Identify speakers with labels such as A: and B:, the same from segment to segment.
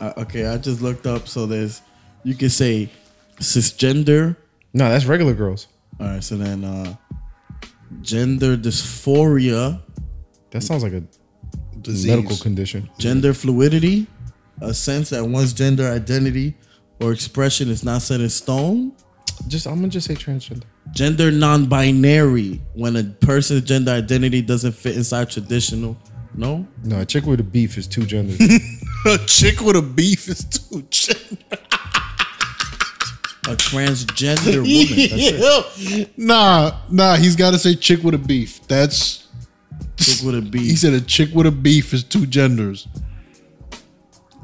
A: Uh, okay, I just looked up. So there's, you could say, cisgender.
B: No, that's regular girls.
A: All right. So then, uh, gender dysphoria,
B: That sounds like a
C: Disease.
B: medical condition.
A: gender fluidity, a sense that one's gender identity or expression is not set in stone.
B: Just I'm gonna just say transgender.
A: Gender non-binary, when a person's gender identity doesn't fit inside traditional. No.
B: No, a chick with a beef is two genders.
C: a chick with a beef is too chick.
A: A transgender woman. That's it.
C: Nah, nah, he's got to say chick with a beef. That's
A: Chick with a beef.
C: he said a chick with a beef is two genders.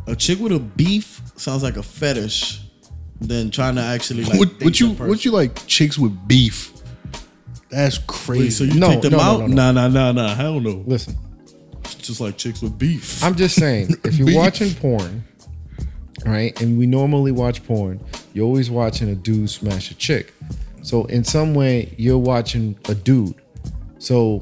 A: a chick with a beef sounds like a fetish than trying to actually like
C: what
A: date
C: what you
A: that person.
C: what you like chicks with beef? That's
A: Wait, so
C: crazy.
A: you
B: No,
A: take them
B: no, no,
A: out?
B: no,
A: Nah,
B: no.
A: nah, nah, nah. Hell no.
B: Listen,
A: Just like chicks with beef.
B: I'm just saying, if you're
C: Beef.
B: watching porn, right, and we normally watch porn, you're always watching a dude smash a chick. So in some way, you're watching a dude. So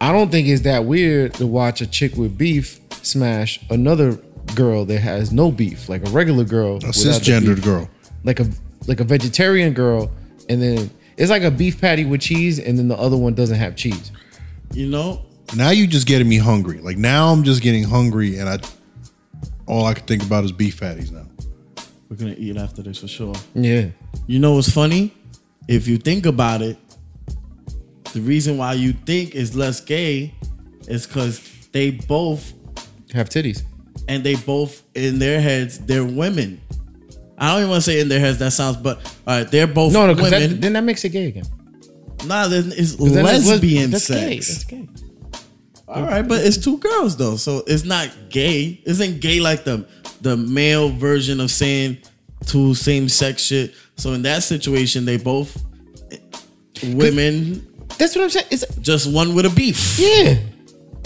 B: I don't think it's that weird to watch a chick with beef smash another girl that has no beef, like a regular girl,
C: a
B: without the beef.
C: cisgendered girl.
B: like a like a vegetarian girl, and then it's like a beef patty with cheese, and then the other one doesn't have cheese.
A: you know,
C: Now you just getting me hungry. Like now I'm just getting hungry, and I all I can think about is beef patties now.
A: we're gonna eat after this for sure.
B: Yeah,
A: You know what's funny? If you think about it, the reason why you think is less gay is because they both
B: have titties.
A: and they both in their heads they're women. I don't even want to say in their heads. That sounds, but all right, they're both
B: No, no, because
A: women.
B: then that makes it gay again.
A: nah, then it's
B: 'Cause then that's les-
A: lesbian
B: that's
A: sex.
B: Gay. That's gay.
A: All right, but it's two girls though, so it's not gay. Isn't gay like the the male version of saying two same sex shit? So in that situation, they both women,
B: That's what I'm saying. It's
A: just one with a beef.
B: yeah.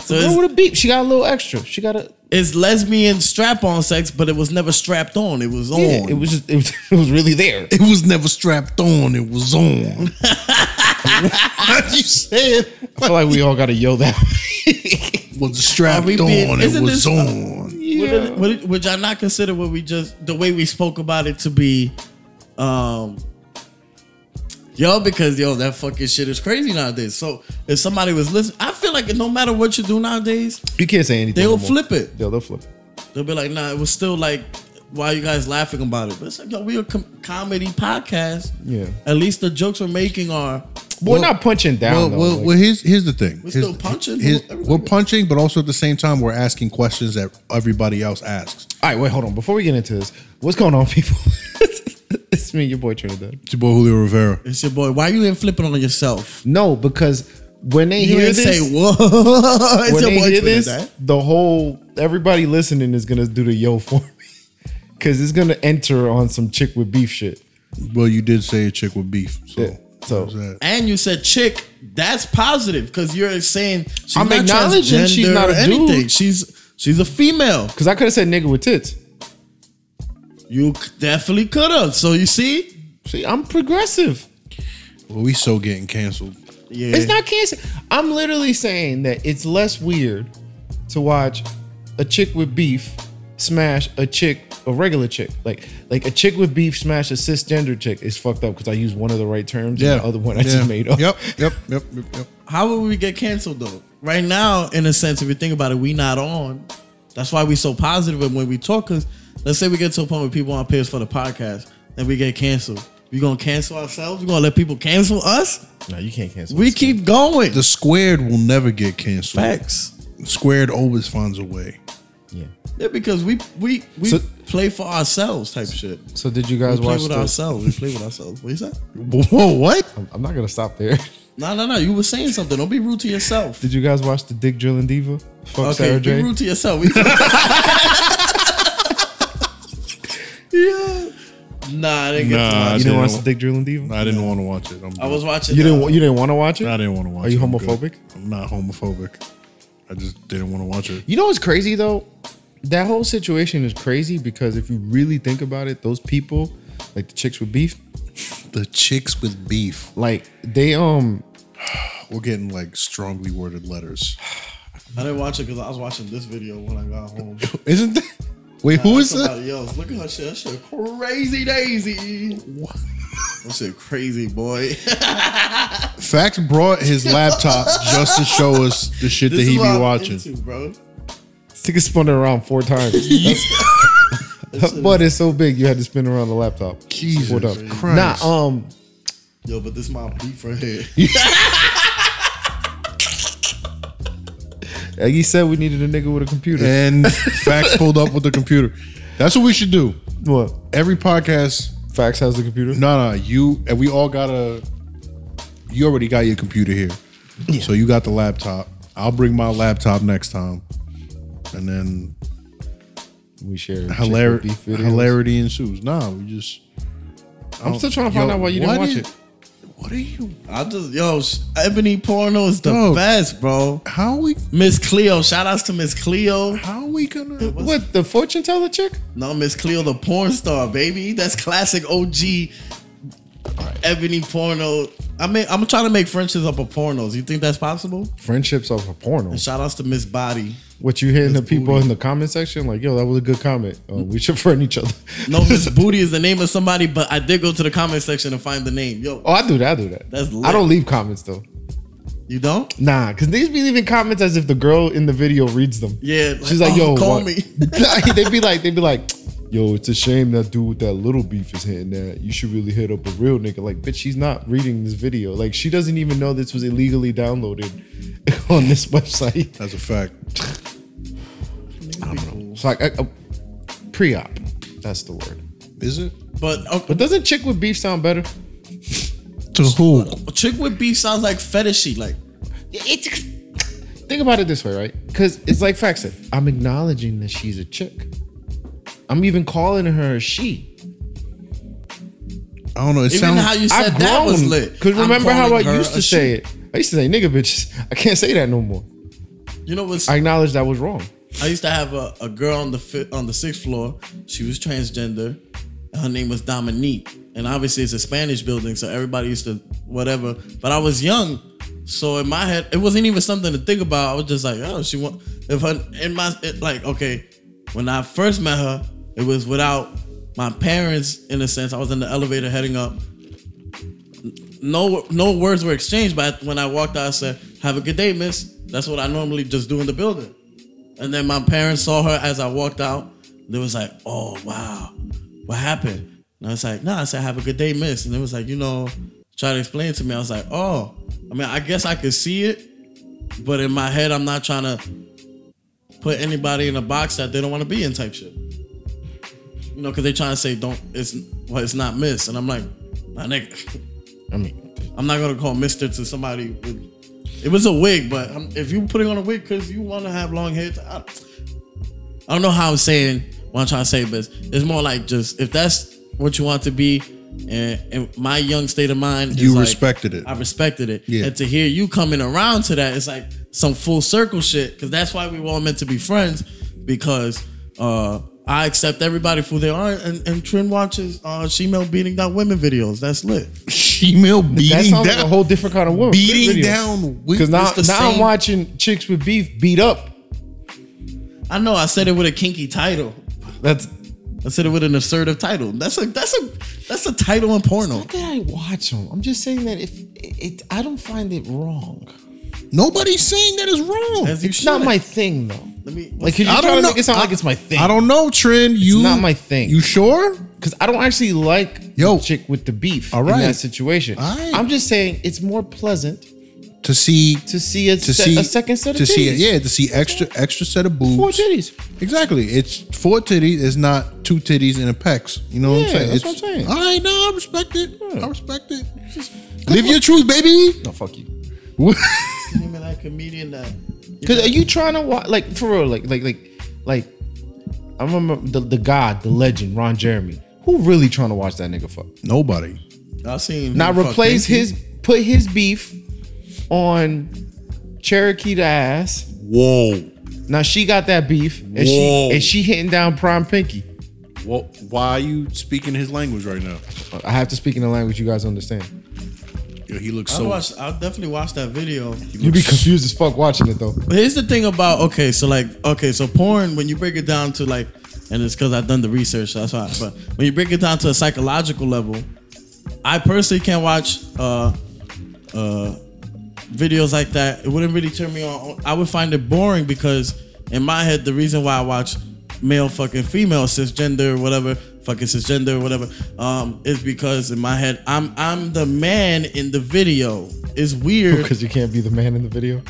A: so
B: Girl
A: it's,
B: with a beep. She got a little extra. She got a
A: it's lesbian strap on sex, but it was never strapped on. It was on.
B: yeah. It was just it was, it was really there.
C: It was never strapped on. It was on. What you said
B: I feel like we all got to yell that.
C: was strapped
A: Are we being-
C: on. It
A: isn't
C: was
A: this- uh,
C: on.
A: Would, would, would y'all not consider what we just the way we spoke about it to be, um, yo, because yo that fucking shit is crazy nowadays. So if somebody was listening, I feel like no matter what you do nowadays,
B: You can't say anything.
A: they'll
B: no more.
A: flip it.
B: Yeah, they'll flip. it.
A: They'll be like, nah, it was still like, why you guys laughing about it? But it's like, yo, we're a com- comedy podcast.
B: Yeah.
A: At least the jokes we're making are
B: We're not punching
C: Well,
B: down. though.
C: well,
B: Like,
C: well, here's here's the thing. We're
A: still punching. Everybody
C: we're
A: does.
C: punching, but also at the same time, we're asking questions that everybody else asks.
B: all right, wait, hold on. Before we get into this, what's going on, people? it's me, your boy Trinidad.
C: It's your boy Julio Rivera.
A: it's your boy. Why you ain't flipping on yourself?
B: No, because when they
A: You
B: hear
A: ain't
B: this,
A: say whoa. it's
B: when
A: your
B: they
A: boy
B: hear
A: Trinidad.
B: this, the whole everybody listening is gonna do the yo for me, because it's gonna enter on some chick with beef shit.
C: Well, you did say a chick with beef. So,
B: Yeah, so-
C: there's that.
A: and you said chick, that's positive because you're saying she's
B: I'm
A: not
B: acknowledging she's
A: transgender
B: not a
A: or anything.
B: dude.
A: She's she's a female.
B: Because I could have said nigga with tits.
A: You c- definitely could have. So you see,
B: See, I'm progressive.
C: well, we so getting canceled.
A: yeah,
B: It's not cancer. I'm literally saying that it's less weird to watch a chick with beef smash a chick, a regular chick. Like like a chick with beef smash a cisgender chick is fucked up because I used one of the right terms
C: Yeah,
B: and the other one I
C: Yeah.
B: just made up.
C: Yep, yep, yep, yep, yep.
A: How would we get canceled though? Right now, in a sense, if you think about it, we not on. That's why we so positive when we talk. Cause let's say we get to a point where people aren't pay us for the podcast and we get canceled. We gonna cancel ourselves? We gonna let people cancel us?
B: No, you can't cancel.
A: We keep going.
C: The squared will never get canceled.
A: facts.
C: Squared always finds a way.
B: yeah.
A: Yeah, because we we we
B: So-
A: play for ourselves type shit.
B: So did you guys
A: We play
B: watch?
A: with
B: The,
A: ourselves. We play with ourselves. What you say?
C: Whoa, what?
B: I'm, I'm not gonna stop there.
A: No, no, no. You were saying something. Don't be rude to yourself.
B: Did you guys watch the Dick Drilling Diva? Fuck
A: Okay,
B: Sarah
A: be
B: J.
A: rude to yourself. We- yeah. Nah, I didn't get to watch it.
B: You
C: Nah, I
B: didn't
C: didn't
B: watch
C: wa-
B: the Dick Drilling Diva?
C: I didn't want to watch it. I'm
A: I was watching.
B: You didn't.
A: uh,
B: wa- You didn't want to watch it.
C: I didn't want to watch it.
B: Are you
C: I'm good.
B: homophobic?
C: I'm not homophobic. I just didn't want to watch it.
B: You know what's crazy though? That whole situation is crazy because if you really think about it, those people, like the chicks with beef,
C: The chicks with beef.
B: like they um
C: We're getting like strongly worded letters.
A: I didn't watch it because I was watching this video when I got home.
C: Isn't that? Wait, who is that?
A: Somebody else. Look at her shit. That shit crazy daisy. That shit crazy, boy.
C: Fax brought his laptop just to show us the shit that
A: This
C: he
A: is what
C: be
A: I'm
C: watching.
A: into, bro.
B: Sticker spun it around four times.
A: That shit-
B: but it's so big you had to spin around the laptop.
C: Jesus
B: Four times.
C: Christ.
B: Nah, um,
A: Yo, but this my beef right here.
B: like he said we needed a nigga with a computer.
C: And Fax pulled up with the computer. That's what we should do.
B: What?
C: Every podcast,
B: Fax has the computer.
C: no, no, you and we all got a. You already got your computer here, so you got the laptop. I'll bring my laptop next time, and then
B: We share chick with
C: hilar-
B: beef videos.
C: hilarity ensues. Nah, we just.
B: I'm still trying to find
C: Yo,
B: out why you
C: what
B: didn't watch
C: is-
B: it.
C: What are you?
A: I just yo, sh- Ebony Porno is the
C: Dog.
A: best, bro.
C: How we?
A: Miss Cleo, shout outs to Miss Cleo.
C: How we gonna?
A: was-
B: What the fortune teller chick?
A: No, Miss Cleo, the porn star, baby. That's classic OG Ebony Porno. I mean, I'm trying to make friendships up of pornos. You think that's possible?
B: Friendships off a porno.
A: And shout outs to Miss Body.
B: What you hitting the people in the comment section? Like, yo, that was a good comment. Uh, we should friend each other.
A: No, Miss Booty is the name of somebody, but I did go to the comment section and find the name. Yo,
B: Oh, I do that. I do that.
A: That's lit.
B: I don't leave comments though.
A: you don't?
B: Nah, because these be leaving comments as if the girl in the video reads them.
A: Yeah,
B: she's like,
A: oh,
B: yo,
A: call
B: what?
A: me.
B: they'd be like, they'd be like, yo, it's a shame that dude with that little beef is hitting that. You should really hit up a real nigga. Like, bitch, she's not reading this video. Like, she doesn't even know this was illegally downloaded on this website.
C: That's a fact.
B: It's like a, a pre-op. That's the word.
C: Is it?
A: But uh, okay,
B: But doesn't chick with beef sound better?
C: To who?
A: chick with beef sounds like fetishy. Like,
B: It's think about it this way, right? Because it's like Fax said, I'm acknowledging that she's a chick. I'm even calling her a she.
C: I don't know. It
A: even
C: sounds.
A: how you said that was lit.
B: Because
A: I'm
B: remember how I
A: calling her
B: used
A: a
B: to say it? I used to say, nigga, bitches. I can't say that no more.
A: she- You know what's
B: I acknowledge that was wrong.
A: I used to have a, a girl on the fifth, on the sixth floor. She was transgender. Her name was Dominique, and obviously it's a Spanish building, so everybody used to whatever. But I was young, so in my head, it wasn't even something to think about. I was just like, oh, she want if her in my it, like okay. When I first met her, it was without my parents in a sense. I was in the elevator heading up. No, no words were exchanged. But when I walked out, I said, "Have a good day, miss." That's what I normally just do in the building. And then my parents saw her as I walked out. They was like, "Oh wow, what happened?" And I was like, "Nah." I said, "Have a good day, miss." And they was like, "You know," try to explain it to me. I was like, "Oh, I mean, I guess I could see it, but in my head, I'm not trying to put anybody in a box that they don't want to be in type shit." You know, because they trying to say don't it's well, it's not miss, and I'm like, my nigga,
B: I mean,
A: I'm not gonna call Mister to somebody. With, it was a wig, but i if you putting on a wig because you want to have long hair, I, I don't know how I'm saying what I'm trying to say, but it's more like just if that's what you want to be, and, and my young state of mind, is
C: You
A: like,
C: respected it.
A: I respected it,
C: Yeah.
A: and to hear you coming around to that, it's like some full circle shit. Because that's why we were all meant to be friends, because. uh I accept everybody for who they are, and, and Trin watches uh, female beating down women videos. That's lit.
C: Female
B: that
C: beating
B: sounds like a
C: down.
B: whole different kind of woman.
C: beating down.
B: Because now,
A: the
B: now I'm
A: same-
B: watching chicks with beef beat up.
A: I know I said it with a kinky title.
B: That's
A: I said it with an assertive title. That's a that's a that's a title in porno.
B: not that I watch them. I'm just saying that if it, I don't find it wrong.
C: Nobody's saying that is wrong.
A: As you
B: It's not
A: should.
B: my thing though.
A: Let me.
B: Like, could you
C: I
B: try to
C: don't know.
B: make it sound
C: I-
B: like it's my thing?
C: I don't know, Trin. You
B: not my thing.
C: You sure?
B: because I don't actually like
C: Yo.
B: the chick with the beef
C: All
B: in
C: right.
B: that situation.
C: All right.
B: I'm just saying it's more pleasant
C: To see
B: to see a,
C: to
B: se-
C: see
B: a second set of
C: to
B: titties.
C: see yeah to see extra extra set of boobs.
B: four titties.
C: Exactly. It's four titties. It's not two titties and a pecs. You know what I'm
B: Yeah,
C: saying?
B: that's
C: It's-
B: what I'm saying.
C: All right, no, I respect it.
B: Yeah.
C: I respect it. Live your truth, baby.
B: No, fuck you.
A: the name of that comedian that
B: Because are you trying to watch like for real? Like like like like I remember the, the god, the legend, Ron Jeremy. Who really trying to watch that nigga fuck?
C: Nobody.
A: I seen?
B: Now
A: Fuck,
B: replace
A: thank you.
B: his put his beef on Cherokee to ass.
C: Whoa.
B: Now she got that beef and she
C: Whoa.
B: and she hitting down prime pinky.
C: Wha- why are you speaking his language right now?
B: I have to speak in a language you guys understand.
C: Yo, he looks
A: I watched. I definitely watched that video.
B: You'd be confused as fuck watching it though.
A: But here's the thing about okay, so like okay, so porn when you break it down to like and it's because I've done the research. So that's why. But when you break it down to a psychological level, I personally can't watch uh, uh, videos like that. It wouldn't really turn me on. I would find it boring because in my head, the reason why I watch male fucking female cisgender whatever fucking cisgender whatever um, is because in my head I'm I'm the man in the video. It's weird,
B: because you can't be the man in the video.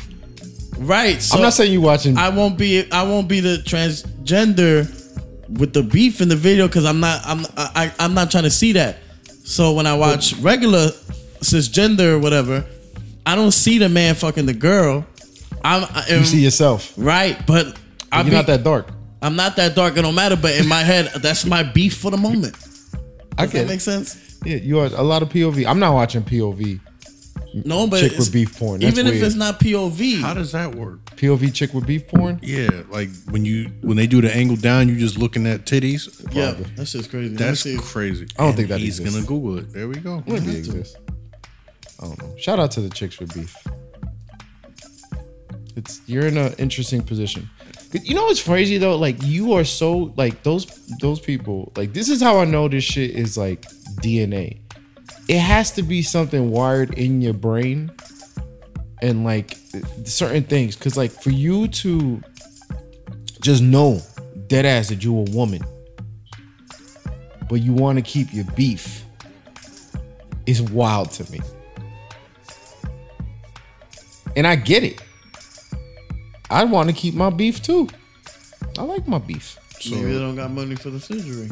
A: right? So
B: I'm not saying you watching.
A: I won't be I won't be the transgender with the beef in the video because I'm not I'm I, I- I'm not trying to see that. So when I watch regular cisgender or whatever, I don't see the man fucking the girl. I'm, I am
B: you see yourself.
A: right, but I
B: You're
A: be,
B: not that dark.
A: I'm not that dark. It don't matter. But in my head, that's my beef for the moment.
B: I
A: Does that
B: get
A: make
B: it.
A: sense?
B: Yeah, you are a lot of POV. I'm not watching POV.
A: No, but
B: Chick
A: it's-
B: with beef porn. That's
A: even if
B: weird.
A: it's not POV,
C: How does that work?
B: POV chick with beef porn.
C: Yeah, like when you when they do the angle down, you just looking at titties.
A: yeah, that's just crazy. Let me
C: That's
A: see.
C: crazy.
B: I don't think that
C: he's
B: exists.
C: gonna Google it. There we go.
B: Maybe exists. I don't know. Shout out to the chicks with beef. It's you're in an interesting position. But You know what's crazy though? Like you are so like those those people. Like this is how I know this shit is like DNA. It has to be something wired in your brain, and like certain things. Cause like for you to just know dead ass that you a woman, but you want to keep your beef is wild to me. And I get it. I want to keep my beef too. I like my beef.
A: Maybe they don't got money for the surgery.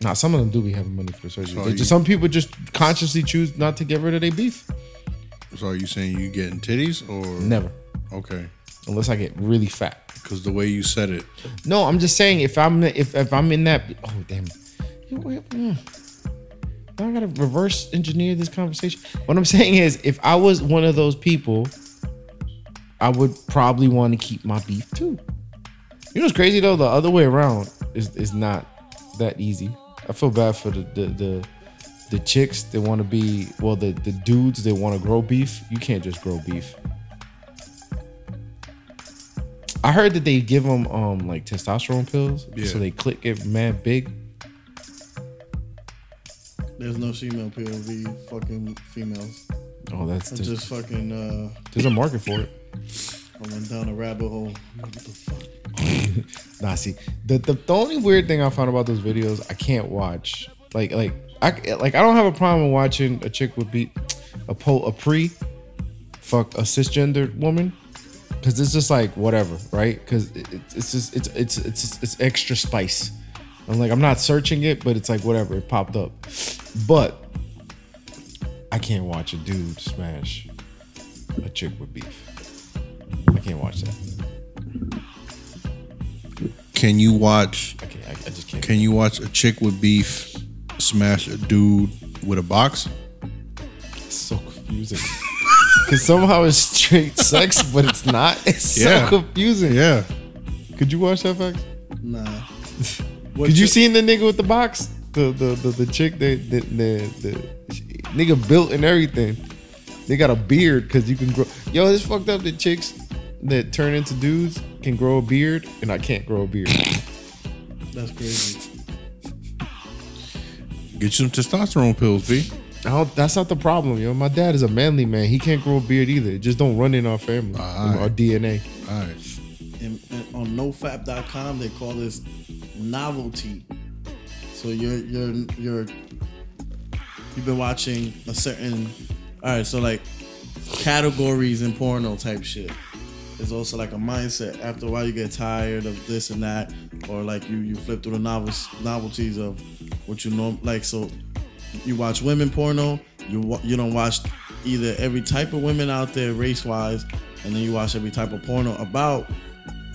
B: Now, some of them do be having money for the surgery.
C: So
B: They just-
C: you-
B: some people just consciously choose not to get rid of their beef.
C: So are you saying you getting titties or
B: Never.
C: Okay,
B: Unless I get really fat.
C: because the way you said it,
B: No, I'm just saying if I'm if, if I'm in that oh damn. You know what? Mm. Now I gotta reverse engineer this conversation. What I'm saying is if I was one of those people, I would probably want to keep my beef too. You know what's crazy though? The other way around is is not that easy. I feel bad for the the the, the chicks that want to be well the the dudes that want to grow beef. You can't just grow beef. I heard that they give them um like testosterone pills,
C: Yeah.
B: so they click it mad big.
A: There's no female POV fucking females.
B: Oh, that's
A: I
B: just,
A: just fucking uh,
B: there's a market for it.
A: I went down a rabbit hole. What the fuck?
B: Nah, see, the, the the only weird thing I found about those videos, I can't watch. Like like I like I don't have a problem watching a chick with beat a po a pre fuck a cisgendered woman because it's just like whatever, right? Because it, it's- it's just it's it's it's just- it's extra spice. I'm like I'm not searching it, but it's like whatever. It popped up, but I can't watch a dude smash a chick with beef. I can't watch that.
C: can you watch?
B: I can't. I, I just can't.
C: Can you watch a chick with beef smash a dude with a box?
B: It's so confusing. Because somehow it's straight sex, but it's not. It's
C: Yeah.
B: so confusing.
C: Yeah,
B: Could you watch that fact?
A: Nah.
B: Could you seen the nigga with the box? The the the, the chick that the, the the she- nigga built and everything. They got a beard because you can grow. Yo, it's fucked up that chicks that turn into dudes can grow a beard and I can't grow a beard.
A: That's crazy.
C: get you some testosterone pills, B.
B: I don't, that's not the problem, yo. My dad is a manly man. He can't grow a beard either. It just don't run in our family,
C: Alright.
B: our DNA.
C: All right,
A: And, and on nofap.com, they call this novelty. So you're you're you're you've been watching a certain all right, so like categories in porno type shit. It's also like a mindset. After a while, you get tired of this and that, or like you you flip through the novels novelties of what you know. Like so, you watch women porno. You wa- you don't watch either every type of women out there race wise, and then you watch every type of porno about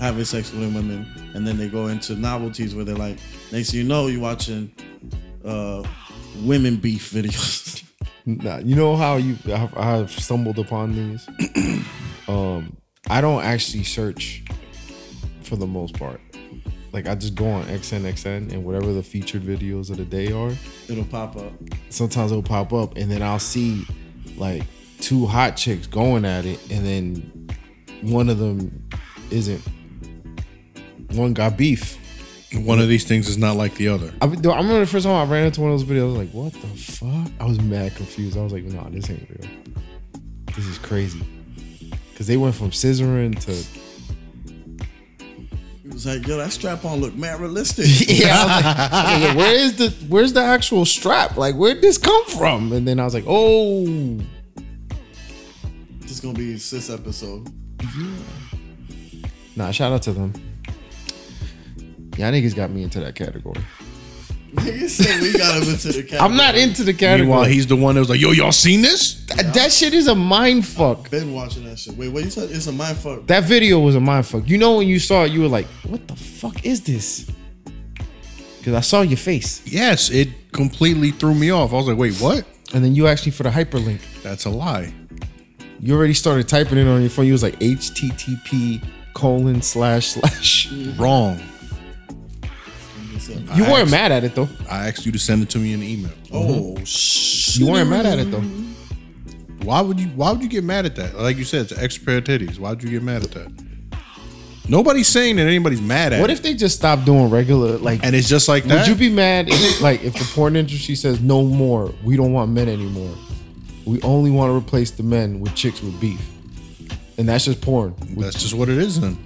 A: having sex with women, and then they go into novelties where they're like, next thing you know, you're watching uh, women beef videos.
B: Nah, you know how you I've, I've stumbled upon these. um, I don't actually search for the most part. Like I just go on XNXN and whatever the featured videos of the day are.
A: It'll pop up.
B: Sometimes it'll pop up and then I'll see like two hot chicks going at it, and then one of them isn't. One got beef,
C: One of these things is not like the other.
B: I, be- I remember the first time I ran into one of those videos, I was like, what the fuck? I was mad confused. I was like, nah, this ain't real. This is crazy. Because they went from scissoring to.
A: It was like, yo, that strap on look mad realistic.
B: Yeah, I was like, I was like, where is the where's the actual strap? Like, where'd this come from? And then I was like, oh,
A: This is gonna be this episode.
B: nah. Shout out to them. Y'all niggas got me into that category.
A: Nigga said we got him into the category.
B: I'm not into the category.
C: Meanwhile, he's the one that was like, "Yo, y'all seen this?"
B: Th- That shit is a mind fuck.
A: been watching that shit. Wait, what you said? It's a mind fuck.
B: That video was a mind fuck. You know when you saw it, you were like, "What the fuck is this?" Because I saw your face,
C: Yes, it completely threw me off. I was like, "Wait, what?"
B: and then you asked me for the hyperlink.
C: That's a lie.
B: You already started typing it on your phone. You was like HTTP colon slash slash. You
C: Wrong.
A: It's a-
B: weren't mad at it though.
C: I asked you to send it to me in the email. Oh shit!
B: You weren't mad at it though.
C: Why would you? Why would you get mad at that? Like you said, it's an extra pair of titties. Why'd you get mad at that? Nobody's saying that anybody's mad at.
B: What
C: it.
B: if they just stopped doing regular? Like,
C: And it's just like that.
B: would you be mad? If, like, if the porn industry says no more, we don't want men anymore. We only want to replace the men with chicks with beef, and that's just porn.
C: that's just what it is. Then.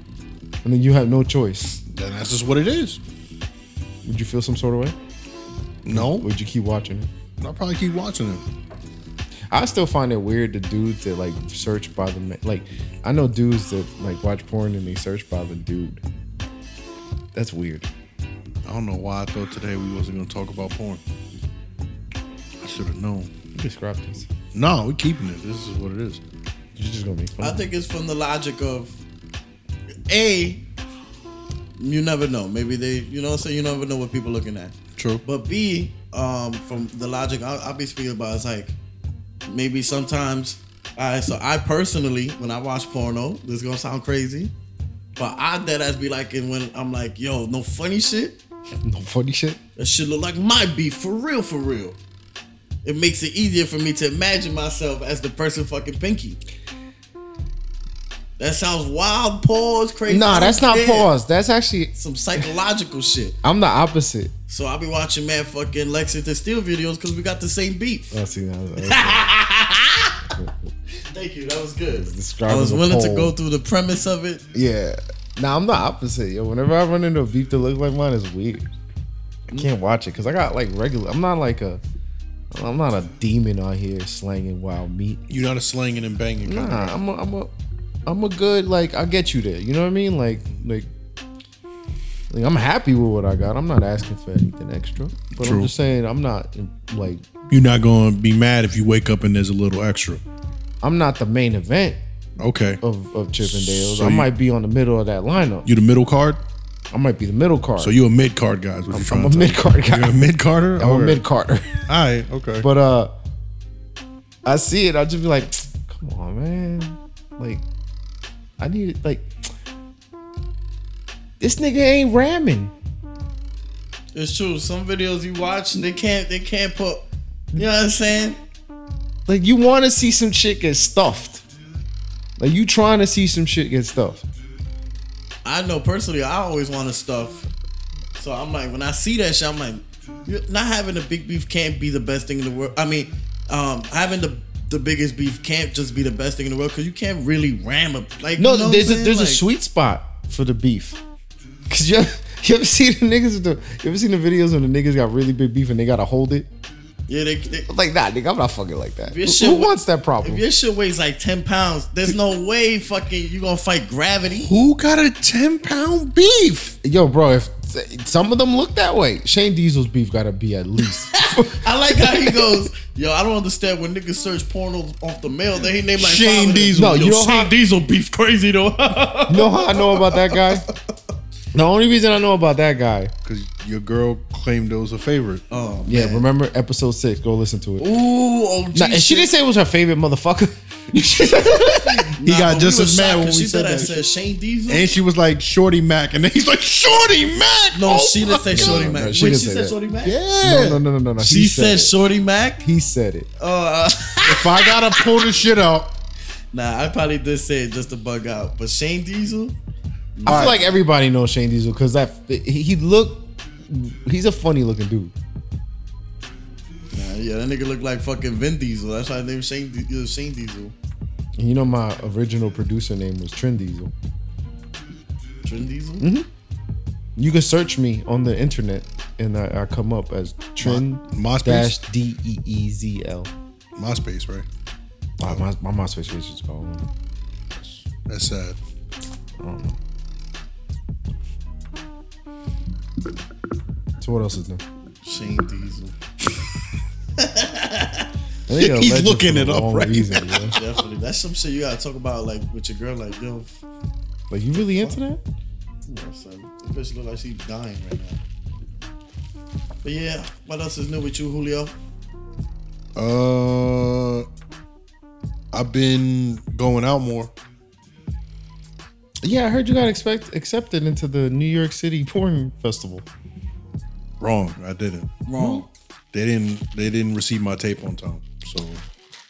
B: And then you have no choice.
C: then that's just what it is.
B: Would you feel some sort of way?
C: No,
B: Would you keep watching it?
C: I'll probably keep watching it.
B: I still find it weird the dudes that like search by the ma- like. I know dudes that like watch porn and they search by the dude. That's weird.
C: I don't know why I thought today we wasn't gonna talk about porn. I should have known.
B: You can scrap this.
C: No, we're keeping it. This is what it is.
B: You're just gonna make fun.
A: I
B: of me.
A: think it's from the logic of A, you never know. Maybe they, you know what I'm saying? You never know what people looking at.
C: True.
A: But B, um, from the logic I'll, I'll be speaking about, is like maybe sometimes. All right, so I personally, when I watch porno, this is gonna sound crazy, but I dead ass be like, and when I'm like, yo, no funny shit,
B: no funny shit.
A: that shit look like my beef for real, for real. It makes it easier for me to imagine myself as the person fucking Pinky. That sounds wild. Pause. Crazy. I
B: Nah,
A: don't
B: that's not
A: care.
B: pause. That's actually
A: Some psychological shit.
B: I'm the opposite.
A: So I be watching man fucking Lexington Steel videos because we got the same beef.
B: I Oh, see. that.
A: Thank you. That was good.
B: describing
A: I was
B: the
A: willing to
B: poll.
A: go through the premise of it.
B: Yeah. Nah, I'm the opposite. Yo, whenever I run into a beef that looks like mine, it's weird. I can't
C: Mm.
B: watch it because I got like regular. I'm not like a. I'm not a demon out here slanging wild meat.
C: You're not a slinging and banging. kind of guy.
B: Nah, I'm a, I'm a, I'm a good like. I'll get you there. You know what I mean? Like, like, like I'm happy with what I got. I'm not asking for anything extra. But I'm
C: True.
B: just saying, I'm not like,
C: You're not gonna be mad if you wake up and there's a little extra.
B: I'm not the main event
C: Okay.
B: of of Chippendales.
C: So
B: I
C: you-
B: might be on the middle of that lineup.
C: You the middle card,
B: I might be the middle card.
C: so you a mid card guy. is what you're trying
B: I'm a
C: to tell me.
B: mid card guy.
C: You're a mid carder.
B: I'm a mid carder.
C: All right. Okay.
B: But uh I see it, I'll just be like, come on, man. Like, I need it like this nigga ain't ramming.
A: It's true. Some videos you watch, they can't. They can't put. You know what I'm saying?
B: Like you wanna see some shit get stuffed. Like you trying to see some shit get stuffed.
A: I know personally, I always want to stuff. So I'm like, when I see that shit, I'm like, you- not having a big beef can't be the best thing in the world. I mean, um, having the the biggest beef can't just be the best thing in the world because you can't really ram a like.
B: No,
A: you know what
B: there's
A: I'm
B: a
A: saying?
B: there's a
A: Like,
B: sweet spot for the beef. Cause you ever, you ever seen the niggas with the you ever seen the videos when the niggas got really big beef and they gotta hold it?
A: Yeah, they, they,
B: I'm like, nah, nigga, I'm not fucking like that.
A: your
B: Who,
A: shit
B: who
A: wa-
B: wants that problem?
A: if your shit weighs like ten pounds, there's no way fucking you gonna fight gravity.
C: Who got a ten pound beef?
B: Yo, bro, if some of them look that way, Shane Diesel's beef gotta be at least.
A: I like how he goes, yo. I don't understand when niggas search porn off the mail. They ain't name like
C: Shane
A: five of them.
C: Diesel.
B: No,
A: Yo,
B: you know
A: Shane
B: how-
A: Diesel beef crazy though.
B: you know how I know about that guy? The only reason I know about that guy,
C: Because your girl claimed it was a favorite.
A: oh
B: yeah, remember episode six? Go listen to it.
A: Ooh, oh, OG.
B: Nah, and she
A: shit.
B: didn't say it was her favorite motherfucker.
C: he
A: Nah,
C: got
A: but
C: just
A: we
C: as
A: was
C: mad
A: shocked
C: when we
A: 'cause she
C: said
A: thought I
C: that.
A: said Shane Diesel.
C: and she was like Shorty Mac, and then he's like Shorty Mac.
A: no,
C: Oh
A: she
C: my
A: didn't say
C: God.
A: Shorty
B: No,
A: Mac.
B: no,
A: Wait,
B: she
A: she,
B: didn't say
A: said
B: that.
A: Shorty Mac.
C: Yeah.
B: no, no, no, no, no.
A: She
B: he
A: said
B: it.
A: Shorty Mac.
B: He said it.
A: Uh,
C: If I gotta pull this shit out,
A: nah, I probably did say it just to bug out. But Shane Diesel,
B: I
C: Right.
B: feel like everybody knows Shane Diesel because that he, he look. He's a funny looking dude.
A: Nah, yeah, that nigga look like fucking Vin Diesel. That's why his name Shane, Di- uh, Shane Diesel.
B: And you know my original producer name was Trin Diesel.
A: Trin Diesel?
B: You can search me on the internet and I, I come up as Trin
C: My- MySpace?
B: dash D E E Z L.
C: MySpace, right?
B: Wow, my, my MySpace page is gone.
C: That's sad.
B: So what else is there?
A: Shane Diesel.
B: I think a
C: He's
B: legend
C: looking
B: for the
C: it up
B: wrong
C: right
B: yo.
A: Definitely. That's some shit you gotta talk about like with your girl, like, yo, f- you
B: Like you really into that?
A: know, son. This bitch look like she's dying right now. But yeah, what else is new with you, Julio?
C: Uh, I've been going out more.
B: Yeah, I heard you got expect accepted into the New York City porn festival.
C: Wrong, I didn't.
A: Wrong.
C: They didn't. They didn't receive my tape on time. So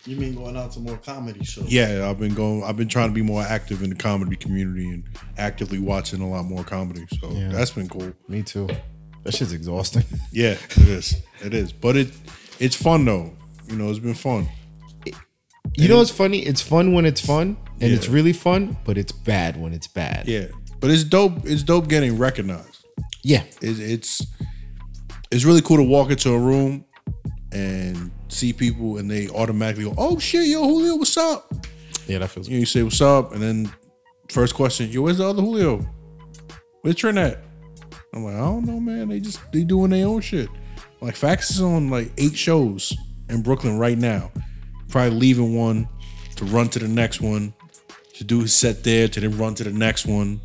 A: You mean going out to more comedy shows?
C: yeah, I've been going. I've been trying to be more active in the comedy community and actively watching a lot more comedy. So
B: Yeah.
C: that's been cool.
B: Me too. That shit's exhausting.
C: Yeah, it is. It is. But it it's fun though. You know, it's been fun.
B: You know what's funny? It's fun when it's fun, and it's
C: Yeah.
B: really fun, but it's bad when it's bad.
C: Yeah, but it's dope. It's dope getting recognized.
B: Yeah.
C: It's it's it's really cool to walk into a room and see people, and they automatically go, "Oh shit, yo, Julio, what's up?"
B: Yeah, that feels
C: You, know, you say, "What's up?" And then first question, "Yo, where's the other Julio? Where's Trin at?" I'm like, "I don't know, man. They just they doing their own shit." Like Fax is on like eight shows in Brooklyn right now. Probably leaving one to run to the next one to do his set there to then run to the next one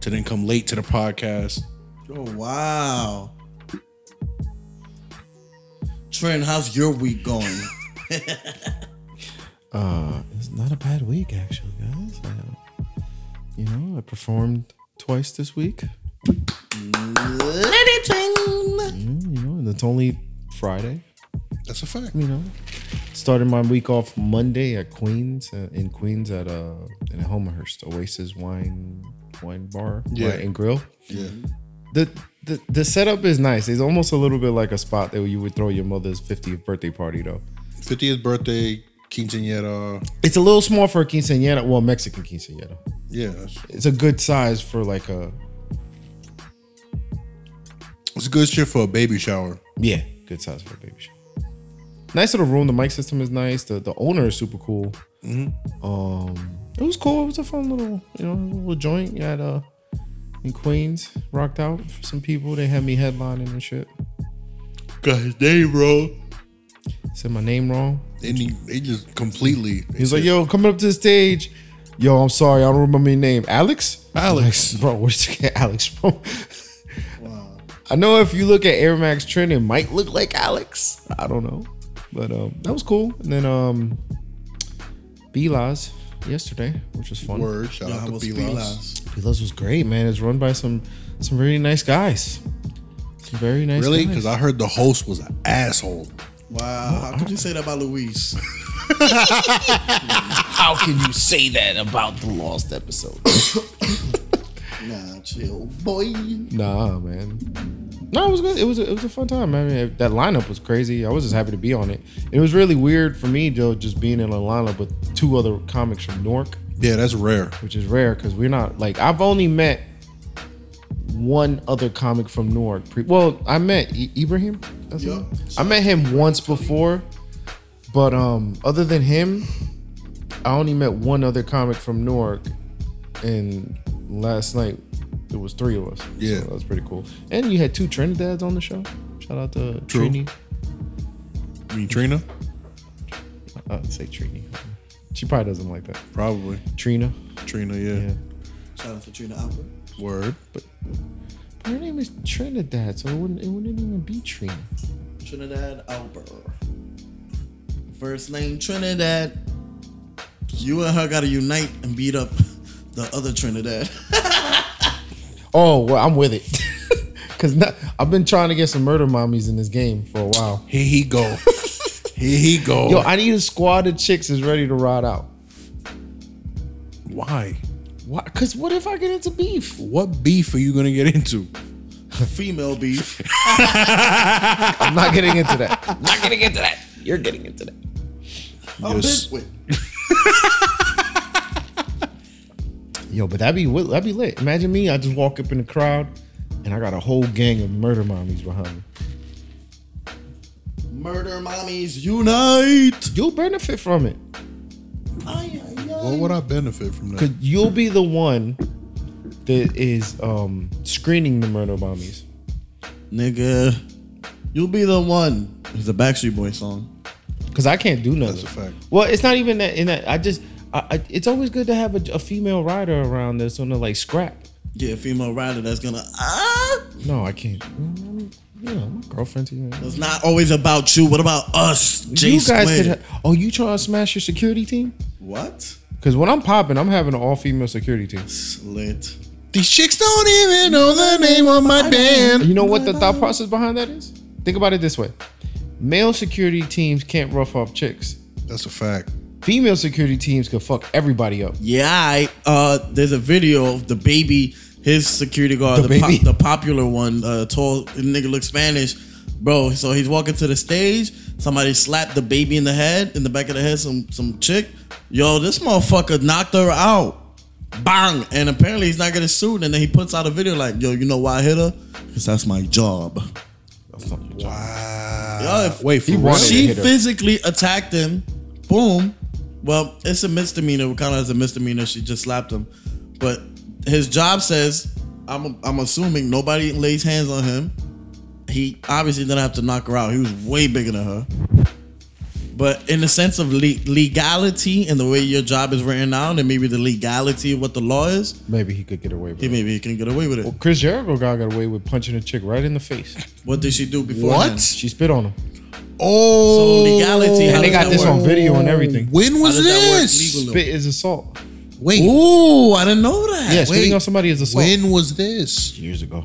C: to then come late to the podcast.
A: Oh wow. Trent, how's your week going?
B: Uh, it's not a bad week actually, guys. I, you know, I performed twice this week.
A: Little
B: You know, Mm, you know, and it's only Friday.
C: That's a fact.
B: You know, started my week off Monday at Queens uh, in Queens at uh in Elmhurst Oasis Wine Wine Bar
C: Yeah.
B: Wine and Grill.
C: Yeah.
B: the the the setup is nice. It's almost a little bit like a spot that you would throw your mother's 50th birthday party though.
C: 50th birthday, quinceanera.
B: It's a little small for a quinceañera, well, Mexican quinceañera.
C: Yeah, that's,
B: It's a good size for like a
C: it's good shit for a baby shower.
B: yeah, good size for a baby shower. Nice little room. The mic system is nice. The the owner is super cool. Um, it was cool. It was a fun little you know little joint at uh in Queens. Rocked out for some people. They had me headlining and shit.
C: Got his name, bro.
B: Said my name wrong.
C: And he, they just completely.
B: He's like, yo, coming up to the stage. Yo, I'm sorry, I don't remember your name. Alex?
C: Alex.
B: Like, bro, where'd you get Alex from? I know if you look at Air Max Trend, it might look like Alex. I don't know. But um, that was cool. And then um Beelies yesterday, which was fun.
C: word. Shout out to
A: was
C: Beeline.
B: Beelies was great, man. It's run by some some really nice guys. Some very nice
C: Really?
B: guys.
C: Because I heard the host was an asshole.
A: Wow, how could you say that about Luis?
B: how can you say that about the lost episode?
A: Nah, chill, boy.
B: Nah, man. No, it was good. It was a, it was a fun time. I mean, that lineup was crazy. I was just happy to be on it. It was really weird for me though, just being in a lineup with two other comics from Newark,
C: Yeah, that's rare.
B: which is rare because we're not like I've only met one other comic from Newark. Pre- well, I met I- Ibrahim. That's his
A: Yeah.
B: name? I met him once before, but um, other than him, I only met one other comic from Newark, and last night there was three of us.
C: Yeah.
B: so that was pretty cool. And you had two Trinidads on the show. Shout out to
C: True.
B: Trini.
C: You mean Trina?
B: I'd say Trini. She probably doesn't like that.
C: Probably.
B: Trina.
C: Trina, yeah.
B: Yeah.
A: Shout out to Trina Albert.
C: Word.
B: But her name is Trinidad, so it wouldn't, it wouldn't even be Trina.
A: Trinidad Albert. First name Trinidad. You and her gotta unite and beat up the other Trinidad.
B: Oh, well, I'm with it. Because I've been trying to get some murder mommies in this game for a while.
C: Here he go. Here he go.
B: Yo, I need a squad of chicks is ready to ride out.
C: Why?
B: Why? Because what if I get into beef?
C: What beef are you gonna get into?
A: Female beef.
B: I'm not getting into that. I'm not getting into that. You're getting into that.
A: I'm
C: Yes.
A: big with.
B: Yo, but that'd be wi- that'd be lit. Imagine me. I just walk up in the crowd, and I got a whole gang of murder mommies behind me.
A: Murder mommies unite.
B: You'll benefit from it.
A: Ay, ay, ay.
C: What would I benefit from
B: Cause
C: that?
B: you'll be the one that is um, screening the murder mommies.
A: Nigga, you'll be the one. It's a Backstreet Boy song.
B: Cause I can't do nothing.
C: That's a fact.
B: Well, it's not even that. In that, I just, I, I, it's always good to have a, a female rider around that's gonna like scrap.
A: Get a female rider that's gonna ah.
B: No, I can't. Mm, You know, my girlfriend's here.
A: It's not always about you. What about us, J
B: you guys
A: Squid?
B: could. Ha- oh, you trying to smash your security team?
A: what?
B: Because when I'm popping, I'm having an all female security team.
A: Slit.
C: These chicks don't even know the name of my
B: And
C: band.
B: You know what the thought process behind that is? Think about it this way: male security teams can't rough off chicks.
C: That's a fact.
B: Female security teams can fuck everybody up.
A: Yeah, I, uh, there's a video of the baby, his security guard,
B: The
A: the, pop
B: baby?
A: the popular one, uh, tall nigga looks Spanish, bro. So he's walking to the stage. Somebody slapped the baby in the head, in the back of the head. Some some chick, yo, this motherfucker knocked her out, bang. And apparently he's not gonna sue. And then he puts out a video like, yo, you know why I hit her? Cause that's my job.
C: Ah.
A: Yo, if-
C: Wait, for
B: He
C: real?
B: wanted
A: she
B: hit her.
A: physically attacked him. Boom. Well, it's a misdemeanor. It kind of as a misdemeanor. She just slapped him. But his job says, I'm, I'm assuming nobody lays hands on him. He obviously didn't have to knock her out. He was way bigger than her. But in the sense of le- legality and the way your job is written out, and maybe the legality of what the law is,
B: Maybe he could get away with
A: he
B: it.
A: maybe he can get away with it.
B: Chris Jericho guy got away with punching a chick right in the face.
A: What did she do before?
C: What?
B: She spit on him.
C: Oh,
A: So legality, how
B: And they
A: does
B: got
A: that
B: this
A: work?
B: on video and everything.
C: When was
A: does that work
C: this?
A: legally?
B: Spit is assault.
C: Wait,
A: Ooh, I didn't know that.
B: Yeah, spitting
C: wait.
B: on somebody is assault.
C: when was this?
B: Years ago.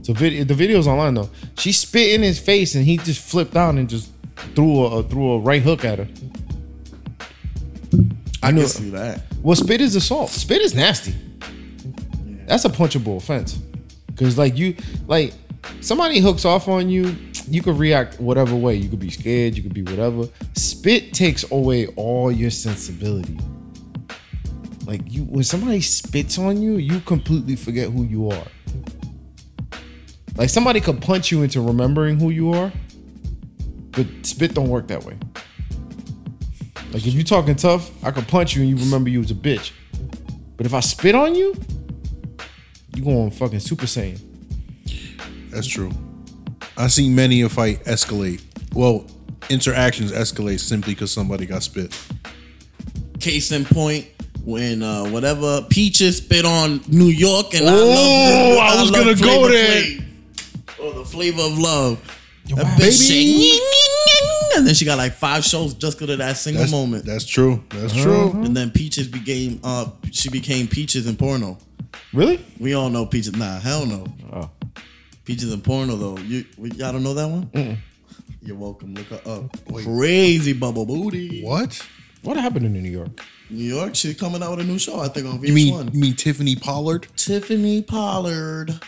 B: So video, the video's online though. She spit in his face and he just flipped down and just threw a, threw a right hook at her. I knew.
A: I
B: It.
A: see that.
B: Well, spit is assault. Spit is nasty. That's a punchable offense. Cause like you, like somebody hooks off on you, you could react whatever way. You could be scared. You could be whatever. Spit takes away all your sensibility. Like you, when somebody spits on you, you completely forget who you are. Like somebody could punch you into remembering who you are, but spit don't work that way. Like if you talking tough, I could punch you and you remember you was a bitch. But if I spit on you, you going fucking Super Saiyan.
C: That's true. I seen many a fight escalate. Well, interactions escalate simply because somebody got spit.
A: Case in point, when uh, whatever Peaches spit on New York, and I
C: Oh,
A: love.
C: I was
A: love
C: gonna go
A: Flavor
C: there.
A: Flav. Oh, the flavor of love.
B: Yo,
A: That
B: wow.
A: bitch
C: Baby.
A: sang, "Nying, nying, nying," and then she got like five shows just because of that single
C: That's,
A: moment. Uh-huh.
C: That's true. That's true.
A: and then Peaches became uh, she became Peaches in porno.
B: Really?
A: We all know Peaches. Nah, hell no.
B: Oh.
A: Peaches in porno though. You we- y'all don't know that one. You're welcome. Look her up. Crazy bubble booty.
C: What?
B: What happened in New York?
A: New York. She's coming out with a new show. I think on VH1.
C: You mean you mean Tiffany Pollard?
A: Tiffany Pollard.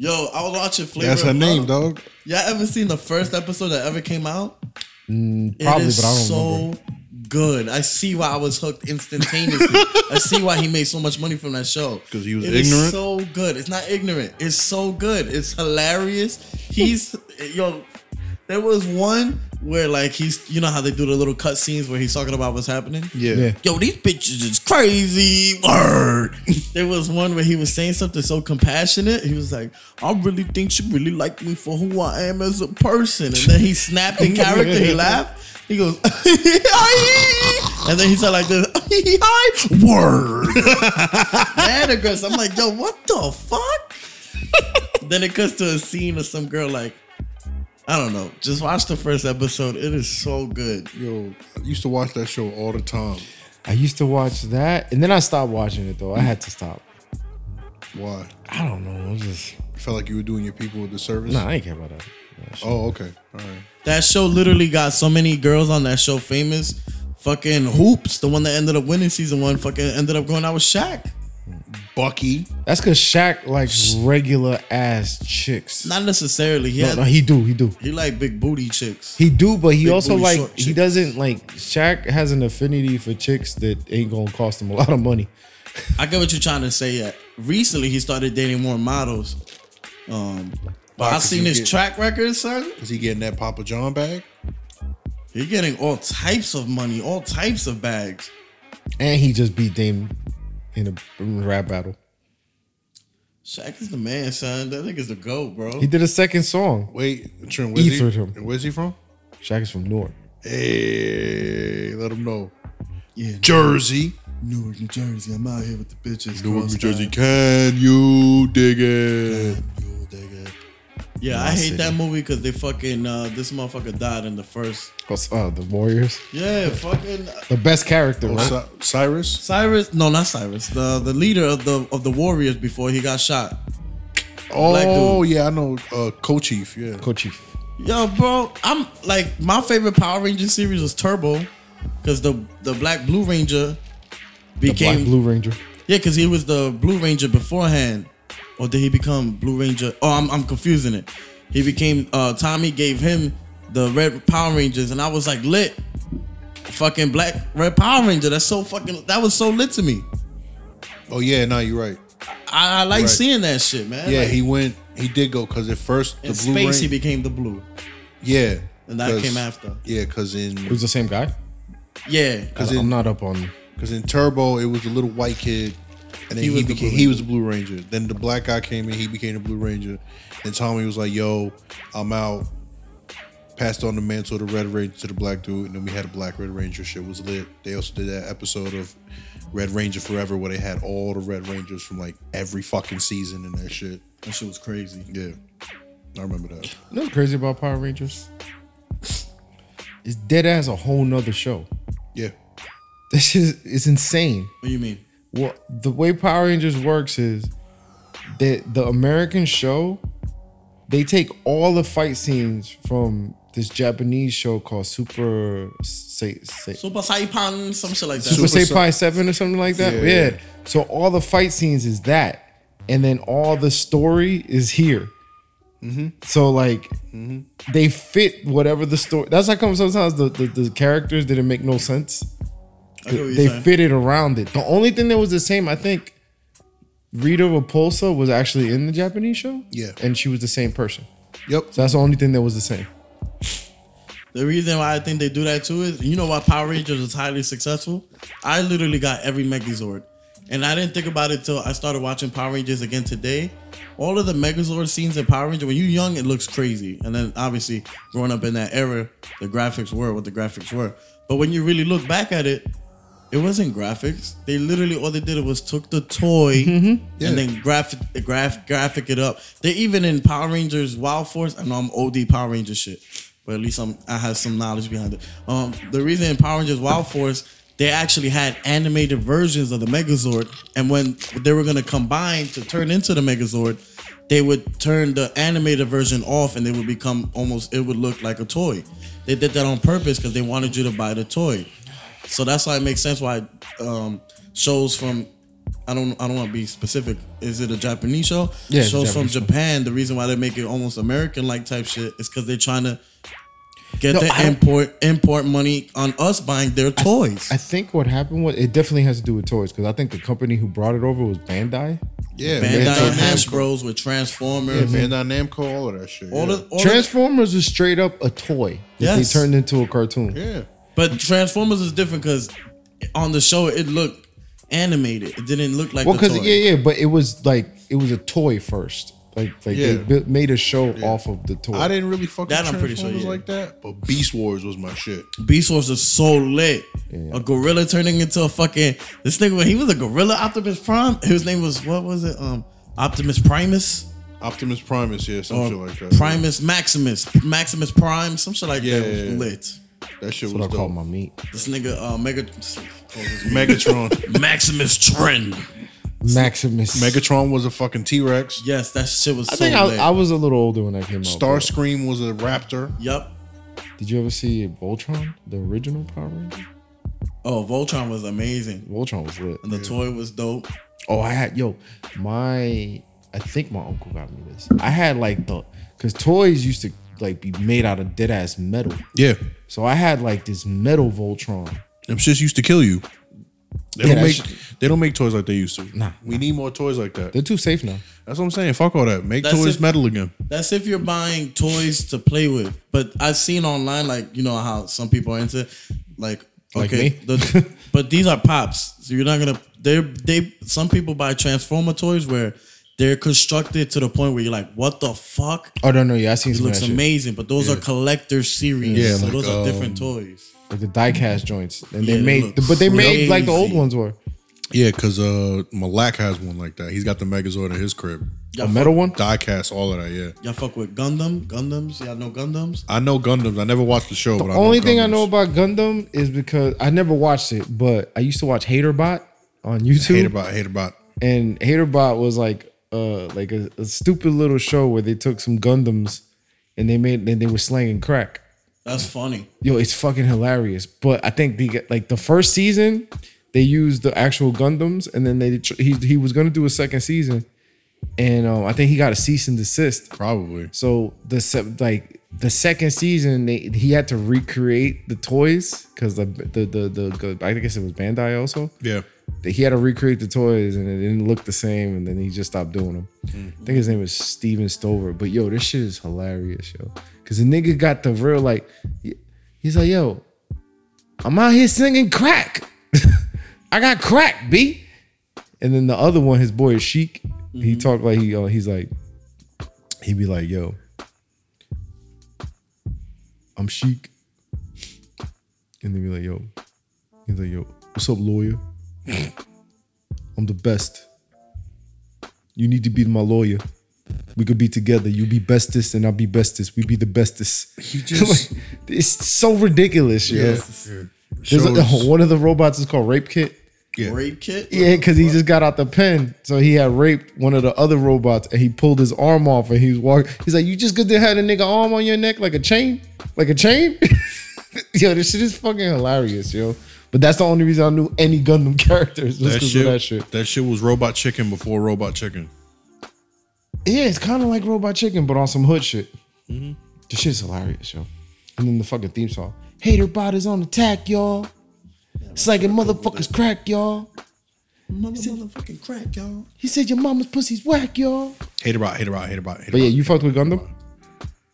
A: Yo, I was watching Flavor.
C: That's her
A: of
C: name,
A: Love.
C: dog.
A: Y'all ever seen the first episode that ever came out?
C: Mm,
B: probably,
A: it is
B: but I don't
A: so
B: remember.
A: good. I see why I was hooked instantaneously. I see why he made so much money from that show.
C: 'Cause he was
A: It is
C: ignorant?
A: so good. It's not ignorant. It's so good. It's hilarious. He's yo. There was one where like he's you know how they do the little cut scenes where he's talking about what's happening
B: Yeah.
A: yo, these bitches is crazy. Word. there was one where he was saying something so compassionate. He was like, I really think she really liked me for who I am as a person. And then he snapped in character. He laughed. He goes, and then he said like this, word. Mad aggressive. I'm like, yo, what the fuck? then it cuts to a scene of some girl like, I don't know. Just watch the first episode. It is so good.
C: Yo, I used to watch that show all the time.
B: I used to watch that, and then I stopped watching it though. I had to stop.
C: Why?
B: I don't know. I was just
C: You felt like you were doing your people a disservice.
B: nah. I ain't care about that. That shit.
C: Oh, okay. All right.
A: That show literally got so many girls on that show famous. Fucking Hoops, the one that ended up winning season one, fucking ended up going out with Shaq.
C: Bucky.
B: That's because Shaq likes regular ass chicks.
A: Not necessarily. He,
B: No,
A: had-
B: no, he do, he do.
A: he like big booty chicks.
B: He do, but he
A: Big
B: also
A: booty,
B: like
A: short
B: he
A: chicks.
B: doesn't like Shaq has an affinity for chicks that ain't gonna cost him a lot of money.
A: I get what you're trying to say. Yeah. Recently, he started dating more models. Um, but I
C: could
A: seen
C: you
A: his
C: get-
A: track record, son.
C: Is he getting that Papa John bag?
A: He's getting all types of money, all types of bags.
B: And he just beat Dame in a rap battle.
A: Shaq is the man, son. That nigga's the goat, bro.
B: He did a second song.
C: Wait, Trim, where's he,
B: Ethered him.
C: where's he from?
B: Shaq is from Newark.
C: Hey, let him know.
A: Yeah,
C: Jersey.
A: Newark, New Jersey. I'm out here with the bitches.
C: Newark,
A: Girls
C: New Jersey.
A: time.
C: Can you dig it?
A: You dig it. Yeah, I
B: I
A: hate
B: see.
A: that movie because they fucking uh, this motherfucker died in the first.
B: What's uh, the Warriors?
A: Yeah, fucking
B: The best character, right?
C: Oh, Cy- Cyrus?
A: Cyrus. No, not Cyrus. The the leader of the of the Warriors before he got shot.
C: Oh, yeah, I know. Uh, Co Chief, yeah.
B: Co-chief.
A: Yo, bro, I'm like my favorite Power Ranger series was Turbo, because the the Black Blue Ranger
B: The Black
A: became
B: Blue Ranger.
A: yeah, because he was the Blue Ranger beforehand, or did he become Blue Ranger? Oh, I'm I'm confusing it. He became uh Tommy gave him the Red Power Rangers, and I was like lit, fucking Black Red Power Ranger. That's so fucking that was so lit to me.
C: Oh, yeah, no, you're right.
A: I, I like
C: Right.
A: seeing that shit, man.
C: Yeah,
A: Like,
C: he went, he did go because at first, the
A: in
C: Blue
A: space
C: Ranger.
A: he became the blue,
C: yeah.
A: and that
C: 'cause-
A: came after.
C: Yeah, because
B: It
C: in,
B: was the same guy.
A: Yeah,
C: cause
B: I'm
C: in,
B: not up on.
C: cause in Turbo, it was a little white kid. And then
A: He
C: he,
A: was the
C: became,
A: Blue
C: he was the Blue Ranger. Then the black guy came in, he became the Blue Ranger. And Tommy was like, yo, I'm out. Passed on the mantle to the Red Ranger to the black dude, and then we had a black Red Ranger. Shit was lit. They also did that episode of Red Ranger Forever where they had all the Red Rangers from like every fucking season and that shit.
A: that shit was crazy.
C: Yeah, I remember that.
B: You know what's crazy about Power Rangers? It's dead ass a whole nother show.
C: Yeah,
B: This shit is insane.
A: What do you mean?
B: Well, the way Power Rangers works is that the American show they take all the fight scenes from this Japanese show called Super Say, Say,
A: Super Saipan, some shit like that.
B: Super,
C: Super
B: Sentai Seven or something like that.
C: Yeah,
B: Yeah.
C: yeah.
B: So all the fight scenes is that, and then all the story is here.
C: Mm-hmm.
B: So like, they fit whatever the story. That's how come sometimes the, the the characters didn't make no
A: I
B: sense.
A: get what you're
B: They
A: saying.
B: fitted around it. The only thing that was the same, I think, Rita Repulsa was actually in the Japanese show.
C: Yeah.
B: and she was the same person.
C: yep.
B: So that's the only thing that was the same.
A: The reason why I think they do that too is you know why Power Rangers was highly successful. I literally got every Megazord, and I didn't think about it till I started watching Power Rangers again today. All of the Megazord scenes in Power Rangers, when you're young, it looks crazy, and then obviously growing up in that era, the graphics were what the graphics were. But when you really look back at it, it wasn't graphics. They literally all they did was took the toy
C: Yeah.
A: and then graphic graph graphic it up. They even in Power Rangers Wild Force. I know I'm OD Power Ranger shit, but at least I'm I have some knowledge behind it. Um, the reason in Power Rangers Wild Force they actually had animated versions of the Megazord, and when they were gonna combine to turn into the Megazord, they would turn the animated version off, and they would become almost it would look like a toy. They did that on purpose because they wanted you to buy the toy. So that's why it makes sense why um, shows from I don't I don't want to be specific. Is it a Japanese show?
B: Yeah, it's a
A: shows from
B: Japanese show.
A: Japan. The reason why they make it almost American like type shit is because they're trying to get
B: No,
A: the
B: I don't-
A: import import money on us buying their toys.
B: I think what happened was it definitely has to do with toys because I think the company who brought it over was Bandai.
C: Oh, Yeah,
A: Bandai
C: Bandai
A: and Hash
C: Namco.
A: Bros with
C: Yeah,
A: Transformers.
C: Bandai Namco, all of that shit.
A: all
C: yeah.
A: the, all the,
B: Transformers was straight up a toy that
A: Yes.
B: they turned into a cartoon.
C: yeah.
A: but Transformers is different because on the show it looked animated. It didn't look like
B: Well,
A: the
B: because
A: toy.
B: yeah, yeah, but it was like it was a toy first. Like like they
C: Yeah.
B: built, made a show off of the toy.
C: I didn't really fuck
A: That
C: with
A: I'm pretty sure,
C: Transformers
A: yeah.
C: like that, but Beast Wars was my shit.
A: Beast Wars is so lit. A gorilla turning into a fucking this nigga when he was a gorilla Optimus Prime. His name was what was it? Um, Optimus Primus
C: Optimus Primus, yeah, some
A: or
C: shit like that.
A: Primus Maximus, Maximus Prime, some shit like
C: Yeah,
A: that was
C: yeah, yeah.
A: lit.
C: That shit
B: That's what
C: was
B: I call
C: dope.
B: my meat.
A: This nigga uh, Mega
C: Megatron.
A: Maximus Trend.
B: Maximus.
C: Megatron was a fucking T Rex.
A: Yes, that shit was
B: I
A: so
B: think I,
A: lit.
B: I was a little older when I came out. but-
C: Starscream was a raptor.
A: Yup.
B: Did you ever see Voltron, the original Power Ranger?
A: Oh, Voltron was amazing.
B: Voltron was lit.
A: And the toy was dope.
B: Oh, I had yo, my I think my uncle got me this. I had like the because toys used to like be made out of dead ass metal.
C: Yeah.
B: So I had like this metal Voltron.
C: Them shits used to kill you. They
B: Yeah,
C: don't
B: that
C: make
B: shit-
C: they don't make toys like they used to.
B: Nah.
C: We need more toys like that.
B: They're too safe now.
C: That's what I'm saying. Fuck all that. Make
A: That's
C: toys
A: it.
C: metal again.
A: That's if you're buying toys to play with. But I've seen online, like you know how some people are into, like
B: Like
A: okay,
B: me?
A: the- but these are pops. So you're not gonna. They they some people buy transformer toys where they're constructed to the point where you're like, what the fuck?
B: Oh no, no, yeah, I seen
A: It
B: some
A: looks
B: looks amazing.
A: amazing, but those are collector series.
C: Yeah,
A: so
C: like,
A: those are
C: um,
A: different toys.
B: Like the diecast joints, and
A: Yeah,
B: they
A: they
B: made,
A: look
B: but they made like the old
A: crazy.
B: ones were
C: Yeah, cause uh Malak has one like that. He's got the Megazord in his crib.
A: Y'all
B: a
A: fuck-
B: metal one.
C: Diecast, all of that, yeah.
A: Y'all fuck with Gundam, Gundams. Y'all know Gundams.
C: I know Gundams. I never watched the show, but
B: The
C: I know
B: only thing I
C: Gundams.
B: know about Gundam is because I never watched it, but I used to watch HaterBot on YouTube.
C: Hate about hate about
B: and HaterBot was like uh like a, a stupid little show where they took some Gundams and they made and they were slanging crack.
A: That's funny.
B: Yo, it's fucking hilarious. But I think the like the first season they used the actual Gundams and then they tr- he he was gonna do a second season, and um, I think he got a cease and desist.
C: probably.
B: So the se- like the second season, they, he had to recreate the toys because the, the the the I guess it was Bandai also.
C: Yeah.
B: That he had to recreate the toys and it didn't look the same, and then he just stopped doing them. I think his name was Steven Stover. But yo, this shit is hilarious, yo. Cause the nigga got the real like, he- he's like, yo, I'm out here singing crack. I got crack, b. And then the other one, his boy Sheik, he talked like he uh, he's like, he be like, yo, I'm Sheik. And they be like, yo, he's like, yo, what's up, lawyer? I'm the best. You need to be my lawyer. We could be together. You be bestest and I'll be bestest. We be the bestest.
C: You just-
B: Like, it's so ridiculous, yo. There's a-
C: Shows-
B: one of the robots is called Rape Kit.
C: Yeah.
A: Rape kit.
B: Yeah, because he just got out the pen, so he had raped one of the other robots, and he pulled his arm off, and he was walking. He's like, "You just good to have a nigga arm on your neck like a chain, like a chain." yo, this shit is fucking hilarious, yo. But that's the only reason I knew any Gundam characters was
C: that
B: 'cause of
C: shit,
B: that shit.
C: was Robot Chicken before Robot Chicken.
B: Yeah, it's kind of like Robot Chicken, but on some hood shit.
C: Mm-hmm.
B: The shit's hilarious, yo. And then the fucking theme song. Hater bot is on attack, y'all. It's like a motherfucker's crack, y'all.
A: Mother, motherfucking crack, y'all.
B: He said your mama's pussy's whack, y'all.
C: Hate about hate about hate about hate
B: But yeah, you fucked with Gundam?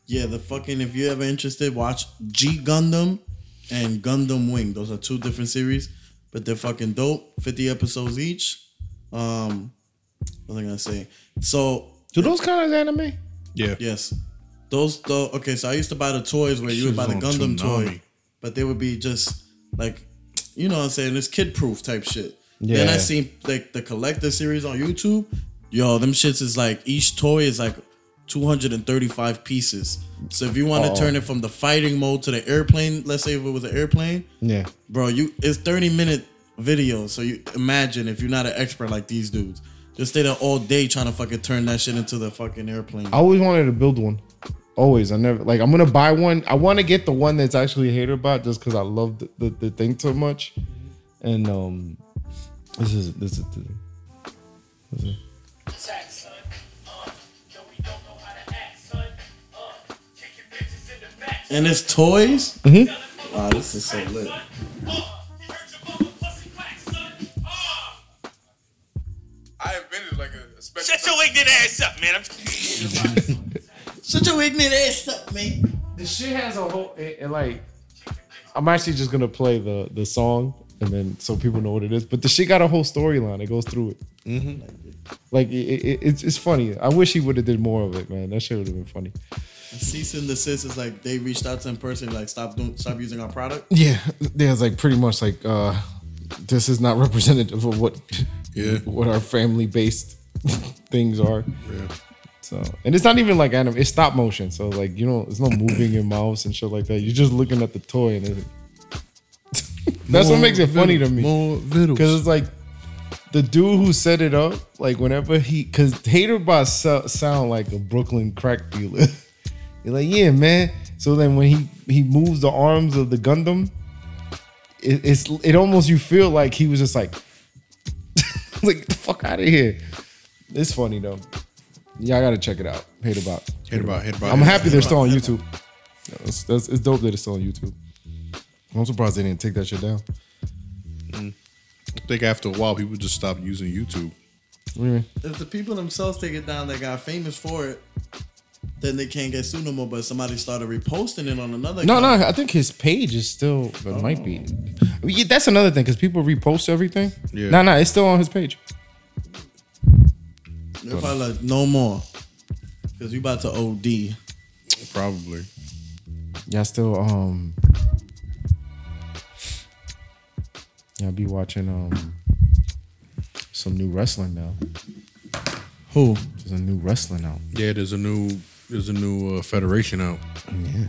A: Yeah, the fucking if you're ever interested, watch G Gundam and Gundam Wing. Those are two different series, but they're fucking dope. Fifty episodes each. Um, what am I gonna say? So
B: Do those count as anime?
C: yeah.
A: yes, those though. Okay, so I used to buy the toys where you would buy the
C: Shit's on
A: Gundam
C: Toonami.
A: toy, but they would be just like, you know what I'm saying? This kid proof type shit. Then I
B: Yeah.
A: seen like the collector series on YouTube. Yo, them shits is like each toy is like 235 pieces. So if you want
C: Oh.
A: to turn it from the fighting mode to the airplane, let's say if it was an airplane,
B: Yeah.
A: bro, you it's 30 minute video. So you imagine if you're not an expert like these dudes, just stay there all day trying to fucking turn that shit into the fucking airplane.
B: I always wanted to build one. Always. I never like I'm gonna buy one. I wanna get the one that's actually a hater bot just because I love the, the, the thing so much. And um this is this is the This is-
D: attack, son. Uh, yo, we don't know how to act, son. Uh, kick your bitches in the back.
A: And it's toys.
D: Mm-hmm.
A: Wow, this is so lit.
D: Uh,
E: I invented like a, a special.
D: Shut your ignorant ass up, man. I'm
A: Such a ignorant ass up, man.
B: This shit has a whole it, it, like I'm actually just gonna play the the song and then so people know what it is. But the shit got a whole storyline. It goes through it. Mm-hmm. Like it, it, it's it's funny. I wish he would have did more of it, man. That shit would have been funny.
A: Cease and desist is like they reached out to him personally, like stop doing, stop using our product.
B: Yeah, there's like pretty much like uh this is not representative of what
C: Yeah.
B: what our family based things are.
C: Yeah.
B: So and it's not even like anime, it's stop motion. So like you know, it's no moving your mouse and shit like that. You're just looking at the toy and it, that's what
C: More
B: makes it funny to
C: vittles,
B: me.
C: More videos.
B: Because it's like the dude who set it up, like whenever he, because Hater Bot so, sound like a Brooklyn crack dealer. You're like, yeah, man. So then when he he moves the arms of the Gundam, it, it's it almost you feel like he was just like, like the fuck, out of here. It's funny though. Y'all gotta check it out. Hater Box.
C: Hit about, hit about.
B: I'm happy they're still on YouTube. That's, that's, it's dope that it's still on YouTube. I'm surprised they didn't take that shit down.
C: I think after a while, people just stopped using YouTube.
B: What do you mean?
A: If the people themselves take it down that got famous for it, then they can't get sued no more. But somebody started reposting it on another.
B: No,
A: account.
B: no, I think his page is still. It might be. I mean, yeah, that's another thing because people repost everything.
C: Yeah.
B: No, no, it's still on his page.
A: They're probably like, no more. Because you about to OD.
C: Probably.
B: Y'all still um. Y'all be watching um. Some new wrestling now.
A: Who?
B: There's a new wrestling out.
C: Yeah, there's a new there's a new uh, federation out.
B: Yeah.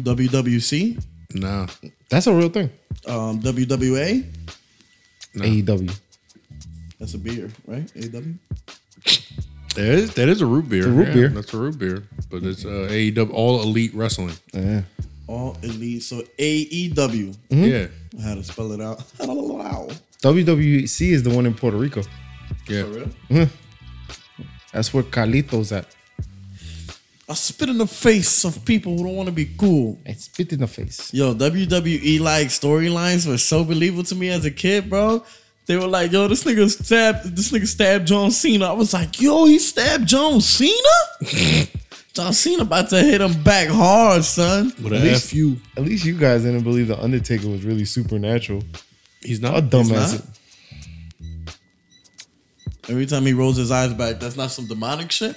A: WWC?
C: Nah,
B: That's a real thing. E
A: Um, WWA?
B: AEW.
A: That's a beer, right? AW?
C: that is that is a root beer.
B: a root
C: Yeah,
B: beer.
C: That's a root beer. But it's uh, AEW All Elite Wrestling.
B: Yeah.
A: All Elite. So AEW.
B: Mm-hmm.
C: Yeah,
A: I had to spell it out. Wow.
B: WWC E is the one in Puerto Rico.
C: yeah.
A: For real?
B: That's where Carlito's at.
A: I spit in the face of people who don't want to be cool.
B: I spit in the face.
A: Yo, WWE like storylines were so believable to me as a kid, bro. They were like, yo, this nigga stabbed this nigga stabbed John Cena. I was like, yo, he stabbed John Cena? John Cena about to hit him back hard, son.
C: But a
B: At least-
C: F you.
B: At least you guys didn't believe the Undertaker was really supernatural.
C: He's
B: How
C: not.
B: dumb
A: He's
B: is
A: not?
B: it?
A: Every time he rolls his eyes back, that's not some demonic shit.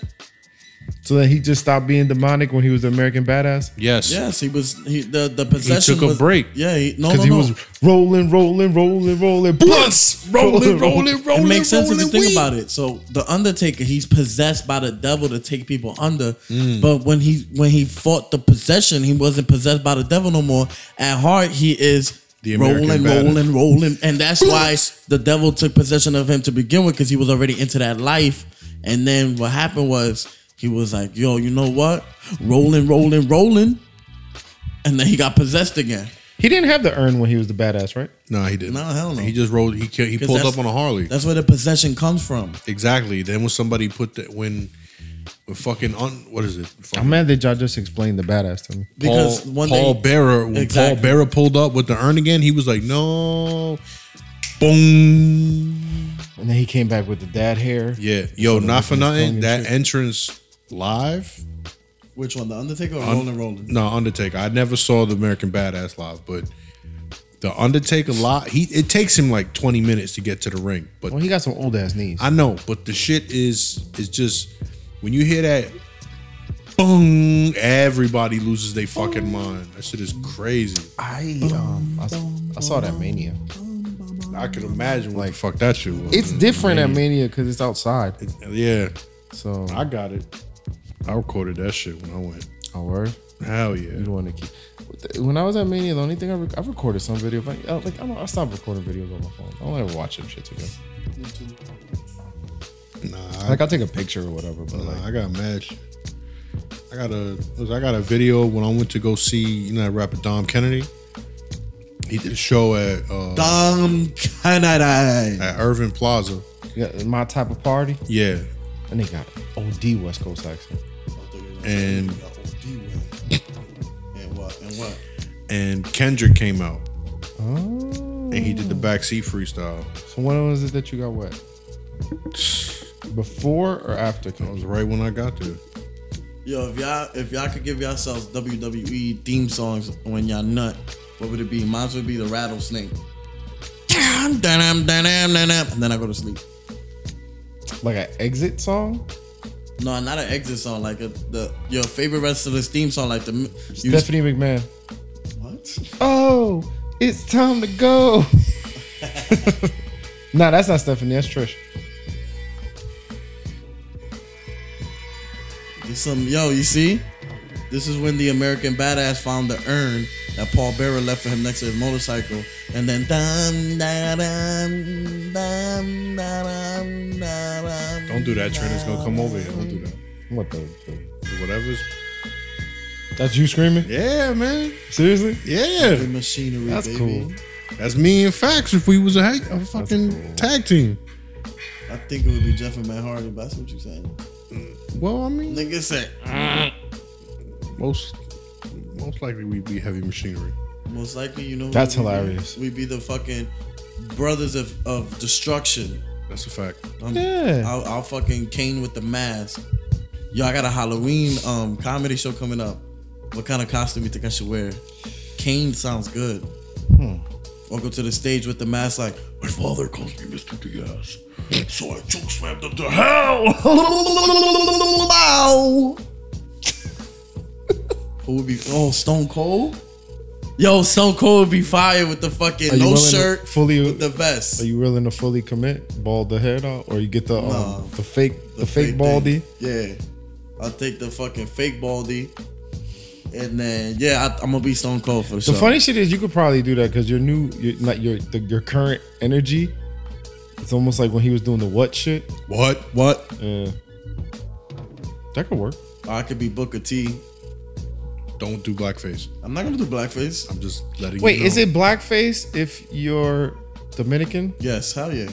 B: So that he just stopped being demonic when he was the American Badass
C: Yes.
A: Yes, he was he the the possession.
C: took a
A: was-
C: break.
A: Yeah, he, no, no,
B: because
A: no.
B: he was rolling, rolling, rolling, rolling. Blunts
C: Rolling, rolling, rolling.
A: it makes sense if you
C: rolling
A: think
C: weed.
A: about it. So the Undertaker, he's possessed by the devil to take people under.
C: Mm.
A: But when he when he fought the possession, he wasn't possessed by the devil no more. At heart, he is
C: The American
A: rolling,
C: badass.
A: rolling, rolling, and that's why the devil took possession of him to begin with because he was already into that life. And then what happened was he was like, "Yo, you know what? Rolling, rolling, rolling," and then he got possessed again.
B: He didn't have the urn when he was the badass, right?
C: No, he didn't.
A: No, hell no.
C: He just rolled. He ca- he
A: 'Cause
C: pulled
A: that's-
C: up on a Harley.
A: That's where the possession comes from.
C: Exactly. Then when somebody put that when, when fucking on what is it? Fucking
B: I'm mad that y'all just explained the badass to me.
A: Because
C: Paul,
A: one
C: Paul
A: day,
C: Bearer when
A: Exactly.
C: Paul Bearer pulled up with the urn again, he was like, no, boom.
B: And then he came back with the dad hair.
C: Yeah, yo, not for
B: his tongue
C: nothing.
B: and
C: That
B: shit.
C: entrance live.
A: which one, the Undertaker or Rolling, Rolling?
C: No, Undertaker. I never saw the American Badass live, but the Undertaker live. He it takes him like 20 minutes to get to the ring, but
B: Well, he got some old ass knees.
C: I know, but the shit is is just when you hear that boom, everybody loses their fucking mind. That shit is crazy.
B: I um I, s- I saw that mania.
C: I could imagine like fuck that shit was.
B: It's different at mania because it's outside.
C: yeah,
B: So
C: I got it. I recorded that shit when I went.
B: oh word.
C: Hell
B: You
C: yeah.
B: don't want to keep. When I was at Mania, the only thing I, rec- I recorded some video, but I, like I, don't- I stopped recording videos on my phone. I don't ever watch them shit together.
C: Nah, I,
B: Like I'll take a picture or whatever, but like
C: nah, I got mad. shit. I got a listen, I got a video when I went to go see you know that rapper Dom Kennedy. He did a show at uh,
A: Dom Kennedy.
C: at Irving Plaza.
B: yeah, my type of party,
C: Yeah,
B: and they got OD West Coast accent.
C: and
A: And what? And what?
C: and Kendrick came out.
B: Oh,
C: and he did the backseat freestyle.
B: so when was it that you got wet? Before or after?
C: That was right when I got there.
A: Yo, if y'all if y'all could give yourselves WWE E theme songs when y'all nut, what would it be? Mine would be the rattlesnake. Dun, dun, dun, dun, dun, dun, dun. And then I go to sleep.
B: Like an exit song?
A: No, not an exit song, like a, the your favorite wrestler's theme song, like the you,
B: Stephanie McMahon.
A: What?
B: Oh, it's time to go. nah, that's not Stephanie. That's Trish.
A: There's some yo, you see? This is when the American badass found the urn that Paul Bearer left for him next to his motorcycle. And then dum, da, dum, dum, da, dum, da, dum,
C: Don't do that, Trent. It's gonna come over here. Don't do that.
B: What the? the-
C: Whatever's.
B: That's you screaming?
C: Yeah, man.
B: Seriously?
A: The
C: Yeah,
A: machinery,
B: That's
A: baby.
B: cool.
C: that's me and Facts. If we was a, ha- a fucking
B: cool.
C: tag team,
A: I think it would be Jeff and Matt Hardy, but that's what you're saying.
C: Well, I mean,
A: Nigga said,
C: most most likely we'd be heavy machinery.
A: most likely, you know. who
B: That's
A: we'd be?
B: hilarious.
A: We'd be the fucking brothers of, of destruction.
C: That's a fact.
A: Um,
B: Yeah.
A: I'll, I'll fucking Kane with the mask. Yo, I got a Halloween um comedy show coming up. What kind of costume you think I should wear? Kane sounds good.
B: Hmm.
A: Or go to the stage with the mask, like my father calls me Mr. Diaz, so I choke slammed him to hell. Who would be? Oh, Stone Cold. Yo, Stone Cold would be fire with the fucking
B: Are you
A: no
B: willing to
A: shirt,
B: fully-
A: with the vest.
B: Are you willing to fully commit, bald the head out, or you get the
A: Nah.
B: um, the fake the, fake, baldy?
A: thing. Yeah. I'll take the fucking fake baldy. And then, yeah, I, I'm going to be Stone Cold for the show.
B: The funny shit is, you could probably do that because your new, your, not your the, your current energy. It's almost like when he was doing the what shit.
C: What?
A: What?
B: Yeah, that could work.
A: I could be Booker T.
C: Don't do blackface.
A: I'm not going to do blackface.
C: I'm just letting.
B: Wait,
C: you know.
B: is it blackface if you're Dominican?
A: Yes, hell yeah.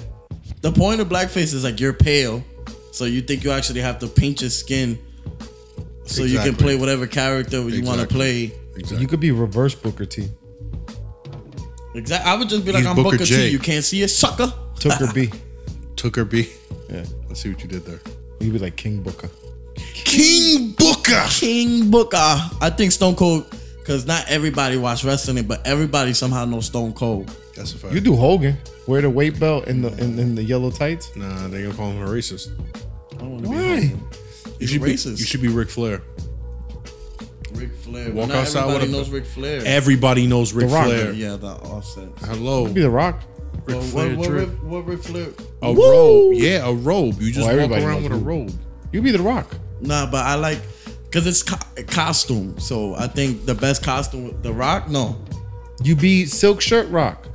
A: The point of blackface is like you're pale. So you think you actually have to paint your skin so you can
C: Exactly.
A: play whatever character you want to
C: Exactly.
A: play.
C: Exactly.
B: You could be reverse Booker T,
A: Exactly. I would just be like,
C: He's
A: I'm
C: Booker
A: Booker,
C: J.
A: T. You can't see it, sucker.
B: Tooker B.
C: Tooker B.
B: Yeah,
C: Let's see what you did there.
B: you'd be like King Booker.
A: King Booker. King Booker. I think Stone Cold, because not everybody watch wrestling, but everybody somehow knows Stone Cold.
C: That's a fact.
B: You do Hogan. Wear the weight belt and the and, and the yellow tights.
C: Nah, they gonna call him a racist.
A: I don't want to
B: Why?
C: You
A: He's
C: should be.
A: racist.
C: You should be Ric Flair.
A: Ric Flair.
C: Walk
A: Walk not
C: outside with
A: everybody
C: a-
A: knows Ric Flair.
C: Everybody knows Ric
B: The Rock.
C: Flair.
A: yeah, the offset.
C: Hello.
B: Be the Rock.
A: Well,
C: Flair
A: what, what,
C: drip.
A: Ric- what Ric Flair?
C: A
B: Woo!
C: robe. Yeah, a robe. You just
B: Well,
C: walk
B: everybody
C: around
B: knows
C: with a
B: who-
C: robe.
B: You be the Rock.
A: Nah, but I like because it's co- costume. So I think the best costume, The Rock. No,
B: You be silk shirt Rock.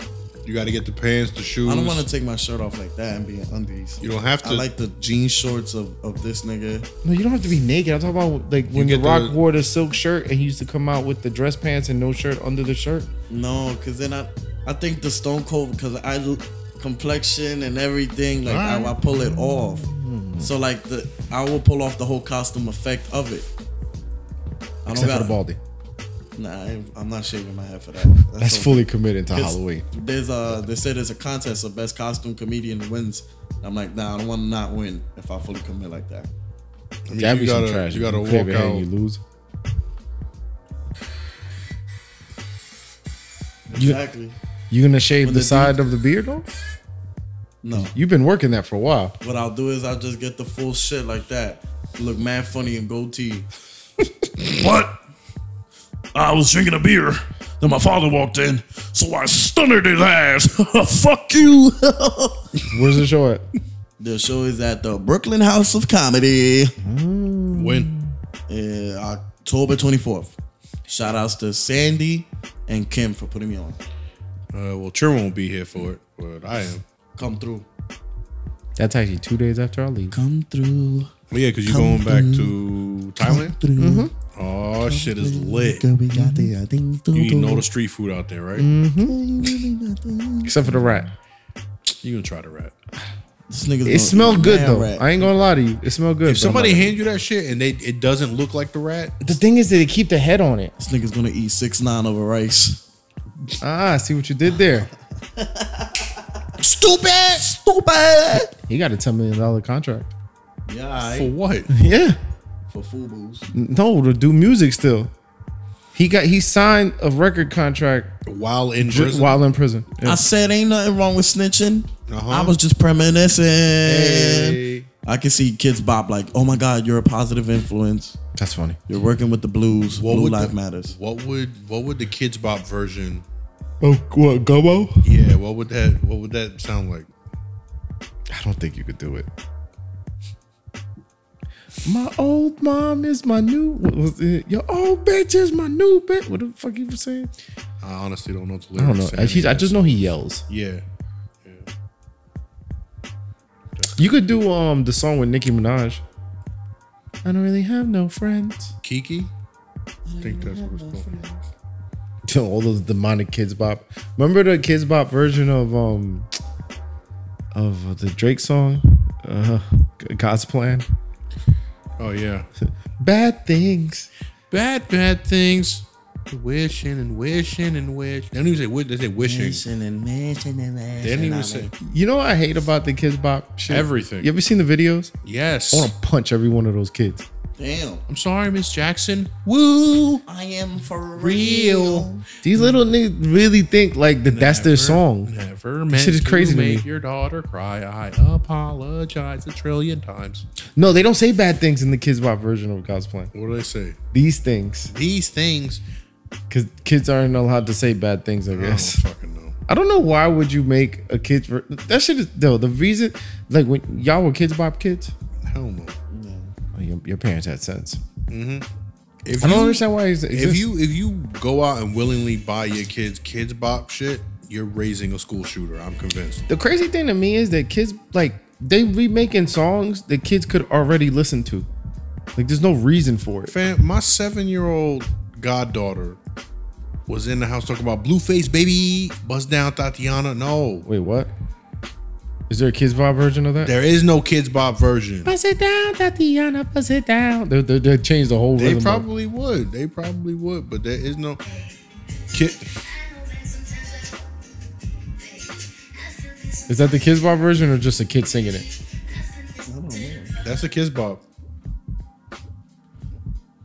C: You got to get the pants, the shoes.
A: I don't want to take my shirt off like that and be in undies.
C: You don't have to.
A: I like the jean shorts of, of this nigga.
B: No, you don't have to be naked. I'm talking about like when the
C: get
B: Rock
C: the-
B: wore the silk shirt and he used to come out with the dress pants and no shirt under the shirt.
A: No, because then I, I think the Stone Cold because I l- complexion and everything like I, I pull it off.
B: Hmm.
A: So like the I will pull off the whole costume effect of it. I don't
B: Except for
A: got
B: the baldy.
A: Nah, I, I'm not shaving my head for that. That's,
B: That's
A: okay.
B: fully committed to
A: 'Cause
B: Halloween.
A: There's a they say there's a contest of best costume comedian wins. I'm like, nah, I don't want to not win if I fully commit like that.
C: I mean,
B: That'd
C: you
B: be
C: gotta,
B: some trash.
C: You got to
B: If you have
C: walk
B: your hand,
C: out.
B: You lose. You,
A: Exactly.
B: you gonna shave
A: When
B: the
A: the
B: side of the beard though?
A: No.
B: You've been working that for a while.
A: What I'll do is I'll just get the full shit like that. Look mad funny and goatee.
F: What? I was drinking a beer. Then my father walked in, so I stunnered his ass. Fuck you.
B: Where's the show at?
A: The show is at the Brooklyn House of Comedy,
C: When?
A: uh, October 24th. Shout outs to Sandy and Kim for putting me on.
C: Uh, well, Trim won't be here for it, but I am.
A: Come through.
B: That's actually two days after I leave.
A: Come through.
C: Well, yeah, because you're going back to Thailand.
A: Through.
F: Mm-hmm.
C: Oh, shit is lit.
A: Girl, we got the uh, things to
C: You
A: do.
C: eating all the street food out there, right?
B: Mm. Except for the rat.
C: You gonna try to rat?
A: This nigga's
B: It
A: gonna-
B: smelled good
A: Man,
B: though.
A: rat.
B: I ain't gonna lie to you. It smelled good.
C: If somebody hand you that shit and they it doesn't look like the rat,
B: the thing is that they keep the head on it.
A: This nigga's gonna eat six nine over rice.
B: Ah, I see what you did there.
A: Stupid! Stupid!
B: He got a ten million dollar contract.
A: Yeah, all
C: for
A: right.
C: what?
B: Yeah.
A: for Fubu's.
B: No, to do music still. He got he signed a record contract
C: While in
B: dr-
C: prison,
B: while in prison. Yeah.
A: I said ain't nothing wrong with snitching.
C: Uh-huh.
A: I was just premonition.
C: Hey.
A: I can see kids bop like, oh my god, you're a positive influence.
B: That's funny.
A: You're working with the blues.
C: What
A: Blue
C: would
A: life
C: the-
A: matters.
C: What would what would the Kids Bop version?
B: Oh, what Gumbo?
C: Yeah, what would that what would that sound like?
B: I don't think you could do it. My old mom is my new. What was it? Your old bitch is my new bitch. What the fuck you were saying?
C: I honestly don't know what the
B: I
C: lyrics.
B: don't know.
C: say.
B: I, he's- I just know he yells.
C: yeah.
B: You could do um the song with Nicki Minaj. I don't really have no friends.
C: Kiki. I think that's what it's called.
B: To all those demonic kids bop. Remember the kids bop version of um of the Drake song? Uh, God's plan.
C: Oh yeah.
B: Bad things.
C: Bad bad things. Wishing and wishing and wish. They don't even say wish. They say wishing.
A: and mention and
C: They didn't even say
B: You know what I hate about the kids bop shit?
C: Everything.
B: You ever seen the videos?
C: yes.
B: I want to punch every one of those kids.
A: Damn,
C: I'm sorry, Miss Jackson. Woo.
A: I am for
C: Real.
B: These little niggas really think like that that's their
C: Mm.
B: song.
C: Never- Never meant
B: shit is
C: to
B: crazy to
C: make
B: me.
C: your daughter cry. I apologize a trillion times.
B: No, they don't say bad things in the kids bop version of God's plan.
C: What do they say?
B: These things,
C: These things.
B: because kids aren't allowed to say bad things.
C: Oh,
B: I guess.
C: I don't fucking know.
B: I don't know why would you make a kids ver- that shit is though the reason like when y'all were kids bop kids
C: Hell no.
B: oh, your, your parents had sense
C: If
B: I don't
C: you-
B: understand why it's
C: If you if you go out and willingly buy your kids kids bop shit, you're raising a school shooter. I'm convinced.
B: the crazy thing to me is that kids like they remaking songs that kids could already listen to like there's no reason for it
C: Fam, my seven year old goddaughter was in the house talking about Blueface baby, bust down Tatiana. No,
B: wait what is there a kids bop version of that
C: there is no kids bop version.
B: Bust it down, Tatiana. Bust it down. They, they, they changed the whole
C: They
B: rhythm. up.
C: probably would. They probably would, but there is no kid.
B: Is that the kids bop version or just a kid singing it?
C: That's a kids bop.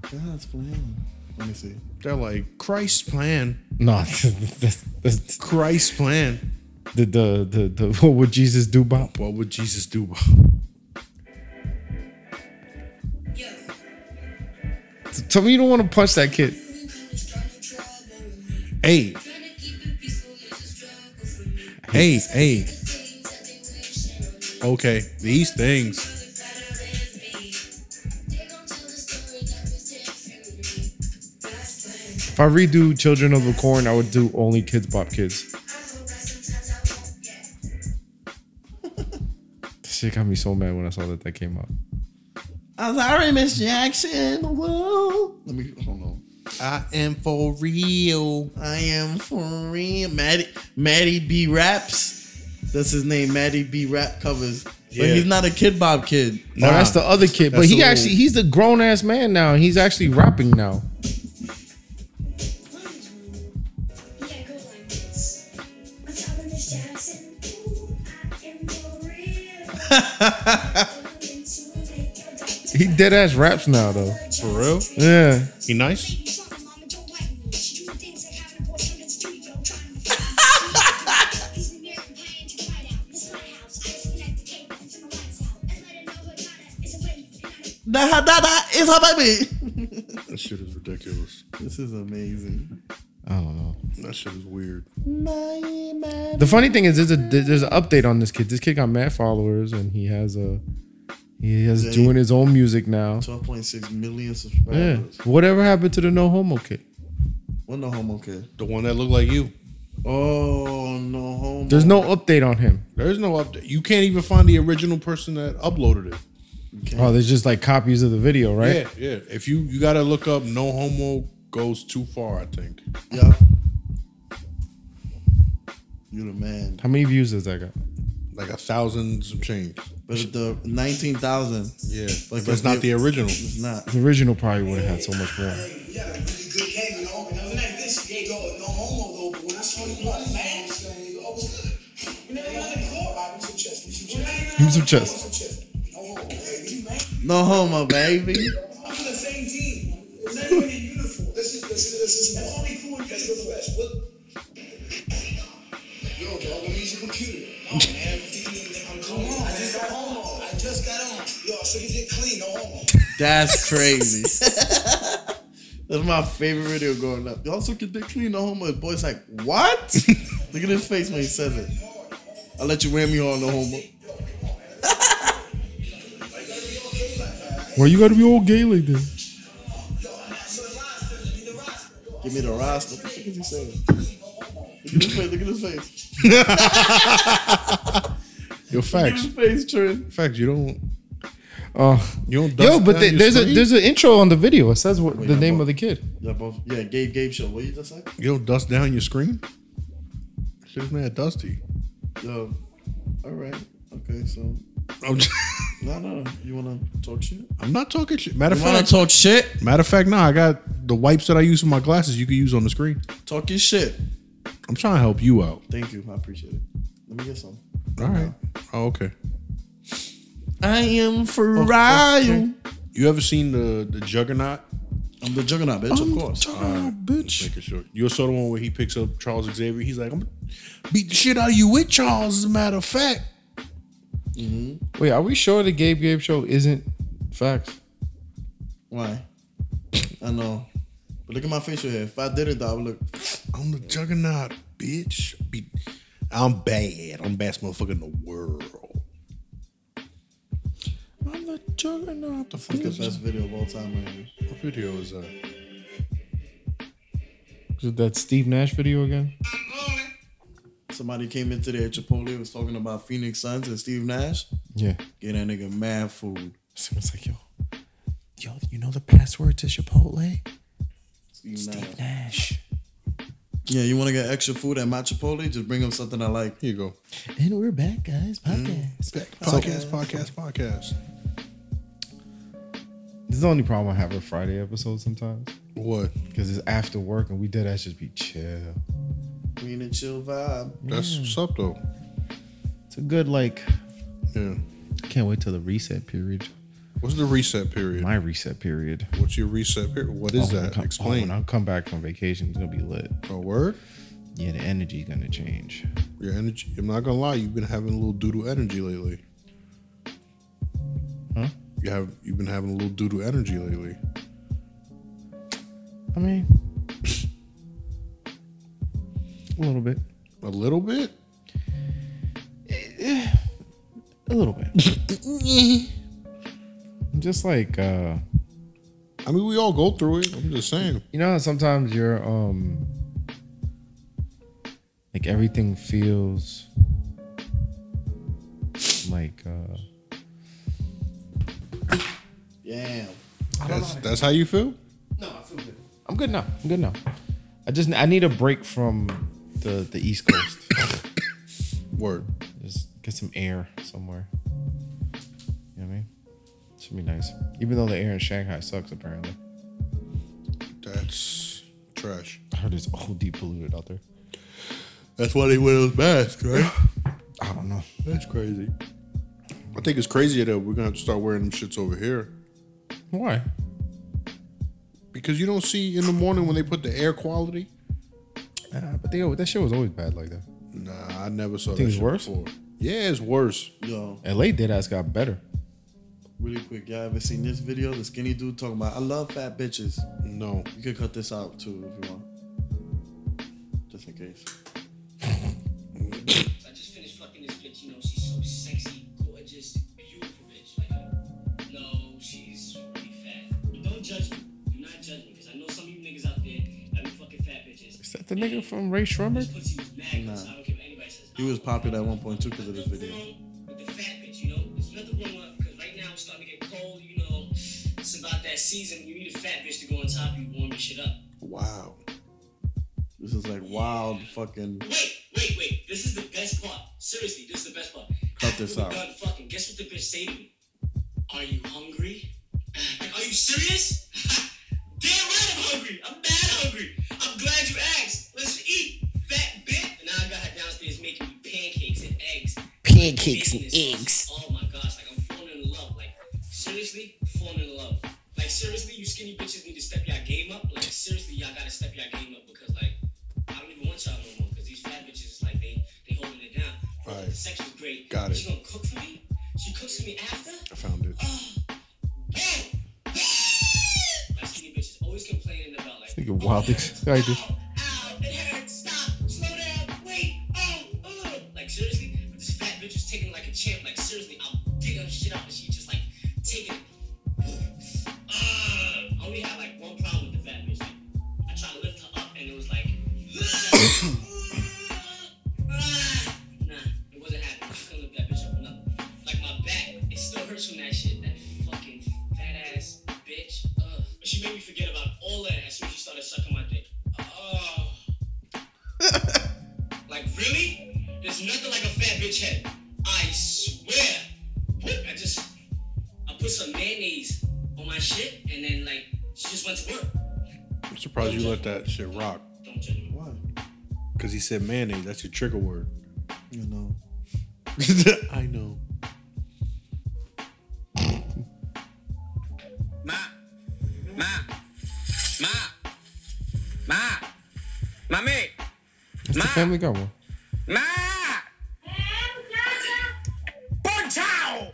A: God's plan. Let me see.
C: They're like Christ's plan,
B: No, that's, that's
C: Christ's plan.
B: the, the the the what would Jesus do bop?
C: What would Jesus do?
B: Tell me you don't want to punch that kid.
C: hey, hey, hey. Okay, these things.
B: If I redo Children of the Corn, I would do only Kids Bop Kids. This shit got me so mad when I saw that that came out.
A: I'm sorry, Miss Jackson. Whoa. Let me hold on.
C: I am for real.
A: I am for real. Maddie, Maddie B raps. That's his name. Maddie B rap covers. But
C: Yeah.
A: he's not a Kid Bob kid.
B: oh, that's the other kid, but
C: That's
B: he
C: the
B: actually he's a grown ass man now, and he's actually rapping now. He dead ass raps now though.
C: For real?
B: Yeah,
C: He nice?
A: Da da da da is her baby.
C: That shit is ridiculous.
A: this is amazing.
B: I don't know.
C: That shit is weird.
A: My, my.
B: The funny thing is, there's a there's an update on this kid. This kid got mad followers, and he has a he has
A: Yeah, he-
B: doing his own music now.
A: 12.6 million
B: Yeah,
A: subscribers.
B: whatever happened to the no homo kid?
A: What no homo kid?
C: The one that looked like you.
A: Oh, no homo.
B: There's no update on him.
C: There's no update. You can't even find the original person that uploaded it.
B: Oh, there's just like copies of the video, right?
C: Yeah, yeah. If you you gotta look up no homo goes too far, I think.
A: Yup. You the man.
B: How many views does that got?
C: Like a thousand some change.
A: But if the 19,000
C: Yeah.
A: Like
C: Like that's not the original.
A: is not.
B: The original probably would have had so much more.
G: We got a really good game, you know. And other than this, you go no homo though. But when I saw you on the man, oh, it's good. You know, you're on the court. All right, some chest, some chest,
B: Give me some chest.
G: some chest. No homo, baby.
A: No homo, baby.
G: I'm on the same team. It's not even in uniform. This is this is this is that's only cool in uniform. That's what. Yo, dog, I'm using computer. No, man, I'm cool. I just got homo. I just got on. Yo, so you did clean, no homo.
A: That's crazy. That's my favorite video growing up. Y'all suck your dick clean, no homo. The boy's like, what? Look at his face when he says it. I let you ram me on no homo.
B: Well, you gotta be all gay like this?
A: Give me the roster. What the fuck is he saying? Look at his face. Look at his face.
C: Your
A: Look at
C: facts.
A: his face, Trent.
C: Facts. You don't
B: Oh,
C: you don't
B: yo,
C: dust
B: but
C: down
B: the-
C: your
B: there's a
C: screen?
B: there's an intro on the video. It says what, the
A: I'm
B: name
A: up.
B: of the kid.
A: Yeah, both. Yeah, Gabe, Gabe show. What you just say?
C: you don't dust down your screen? Shit's mad dusty.
A: Yo. All right. Okay, so
C: I'm, just,
A: No, no, no. You wanna talk shit?
C: I'm not talking shit. Matter of
A: You wanna
C: fact,
A: talk shit?
C: matter of fact, no, I got the wipes that I use for my glasses. You can use on the screen.
A: Talk your shit.
C: I'm trying to help you out.
A: Thank you. I appreciate it. Let me get some.
C: All right. Oh, okay.
A: I am for real.
C: You ever seen the the Juggernaut?
A: I'm the juggernaut, bitch. of course.
C: bitch. Making sure. You saw the one where he picks up Charles Xavier. He's like, I'm gonna beat the shit out of you with Charles. As a matter of fact,
B: Wait, are we sure the Gabe Gabe show isn't facts?
A: Why? I know. But look at my facial hair. If I did it, though, I would look.
C: I'm the Juggernaut, bitch. Be- I'm bad. I'm best motherfucker in the world. I'm the Juggernaut. The fuck
A: It's the best video of all time right here.
C: What video is that?
B: Is it that Steve Nash video again?
A: Somebody came in today at Chipotle was talking about Phoenix Suns and Steve Nash.
B: Yeah.
A: Get that nigga mad food.
B: Someone's like, yo,
H: Yo, you know the password to Chipotle?
A: Steve, Nash.
H: Nash.
A: Yeah, you want to get extra food at my Chipotle? Just bring them something I like.
C: Here you go.
H: And we're back, guys.
C: Mm-hmm.
H: Podcast.
C: Podcast, podcast, podcast.
B: this is the only problem I have with Friday episodes sometimes
C: What?
B: because it's after work and we did that just be chill.
A: Green and chill vibe.
C: That's what's up though.
B: It's a good like.
C: Yeah.
B: Can't wait till the reset period.
C: What's the reset period?
B: My reset period.
C: What's your reset period? What is
B: Oh, when I
C: that?
B: come- oh,
C: Explain.
B: when I come back from vacation, it's gonna be lit.
C: a word?
B: Yeah, the energy's gonna change.
C: Your energy. I'm not gonna lie. You've been having a little doodle energy lately.
B: Huh?
C: You have. You've been having a little doodle energy lately.
B: I mean, a little bit,
C: A little bit.
B: a little bit. I'm just like, uh,
C: I mean, we all go through it. I'm just saying.
B: you know, how sometimes you're um, like everything feels like uh,
A: Damn.
C: That's that's how you feel.
B: I'm good now. I'm good now. I just I need a break from the the East Coast.
C: Word.
B: just get some air somewhere. You know what I mean? Should be nice. Even though the air in Shanghai sucks, apparently.
C: That's trash.
B: I heard it's all deep polluted out there.
C: That's why they wear those masks, right?
B: I don't know.
C: That's crazy. I think it's crazier that we're gonna have to start wearing them shits over here.
B: Why?
C: Because you don't see in the morning when they put the air quality.
B: Nah, Uh, but they, that shit was always bad like that.
C: Nah, I never saw that.
B: Think it's
C: shit
B: worse?
C: Before. Yeah, it's worse.
A: Yo,
B: LA dead ass got better.
A: really quick. Y'all ever seen this video? The skinny dude talking about, I love fat bitches.
C: No.
A: You could cut this out too if you want. Just in case.
I: I just finished fucking this bitch. You know, she's so sexy, gorgeous, beautiful bitch. Like, I- no, she's really fat. But don't judge me. Do not judge me, because I know some of you niggas out there that be fucking fat bitches.
B: Is that the nigga from Ray Shrummer?
I: This pussy was mad,
A: Nah.
I: so I don't care what anybody says.
A: He was popular at one point too because of this
I: Nothing
A: video.
I: wrong With the fat bitch, you know? There's nothing wrong with because right now it's starting to get cold, you know. It's about that season. You need a fat bitch to go on top of you, warm your shit up.
C: Wow.
A: This is like wild fucking.
I: Wait, wait, wait. This is the best part. Seriously, this is the best part.
A: Cut this
I: After
A: out.
I: we're done fucking, guess what the bitch say to me? Are you hungry? Like, are you serious? Damn right I'm hungry. I'm mad hungry. I'm glad you asked. Let's eat, fat bitch. And now I got her downstairs making me pancakes and eggs.
H: Pancakes and
I: Business.
H: eggs.
I: Oh my gosh, like I'm falling in love. Like, seriously, falling in love. Like, seriously, you skinny bitches need to step y'all game up. Like, seriously, y'all gotta step y'all game up because, like, I don't even want y'all no more because these fat bitches, like, they, they holding it down.
C: Alright.
I: The sex was great.
C: Got it.
I: She gonna cook for me? She cooks for me after?
C: I found it.
I: Oh, man. Like, skinny bitches always complaining about, like,
B: Nigga wild excited.
I: Ow, ow, it hurts. Stop. Slow down. Wait. Oh, ugh. Like, seriously? This fat bitch was taking it like a champ. Like, seriously, I'll dig her shit up and she just, like, taking it. Ugh. I only had, like, one problem with the fat bitch. Like, I tried to lift her up and it was like, nah, it wasn't happening. I couldn't lift that bitch up enough. Like, my back, it still hurts from that shit. That fucking fat ass bitch. Ugh. But she made me forget about all that as soon as she started sucking my dick. Oh. like, really? There's nothing like a fat bitch head. I swear.
C: surprised you let that shit rock.
I: Don't judge me.
A: Why?
C: Because he said mayonnaise. That's your trigger word.
A: You know.
C: I know.
G: Ma. Ma. Ma. Ma. Mommy.
B: It's the Family Guy one.
G: Ma. Bon chow.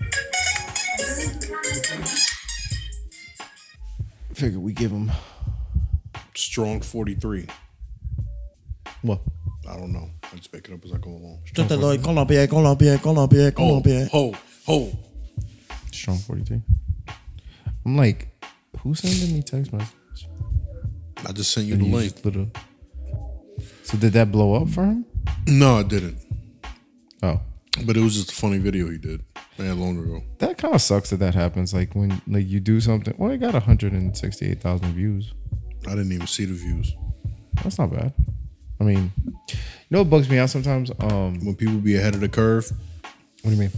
B: Figure we give him
C: Strong 43.
B: what?
C: I don't know. I just pick it up as I go along.
A: Trántalo en Colombia, Colombia, Colombia, Colombia.
C: ho, ho.
B: Strong forty three. I'm like, who sending me text message?
C: I just sent you the
B: You
C: link.
B: just little- So did that blow up for him?
C: No, I didn't.
B: Oh,
C: But it was just a funny video he did. Man, long ago.
B: that kind of sucks that that happens. Like when like you do something. Well, it got 168,000 views.
C: I didn't even see the views.
B: That's not bad. I mean, you know what bugs me out sometimes? Um,
C: When people be ahead of the curve,
B: what do you mean?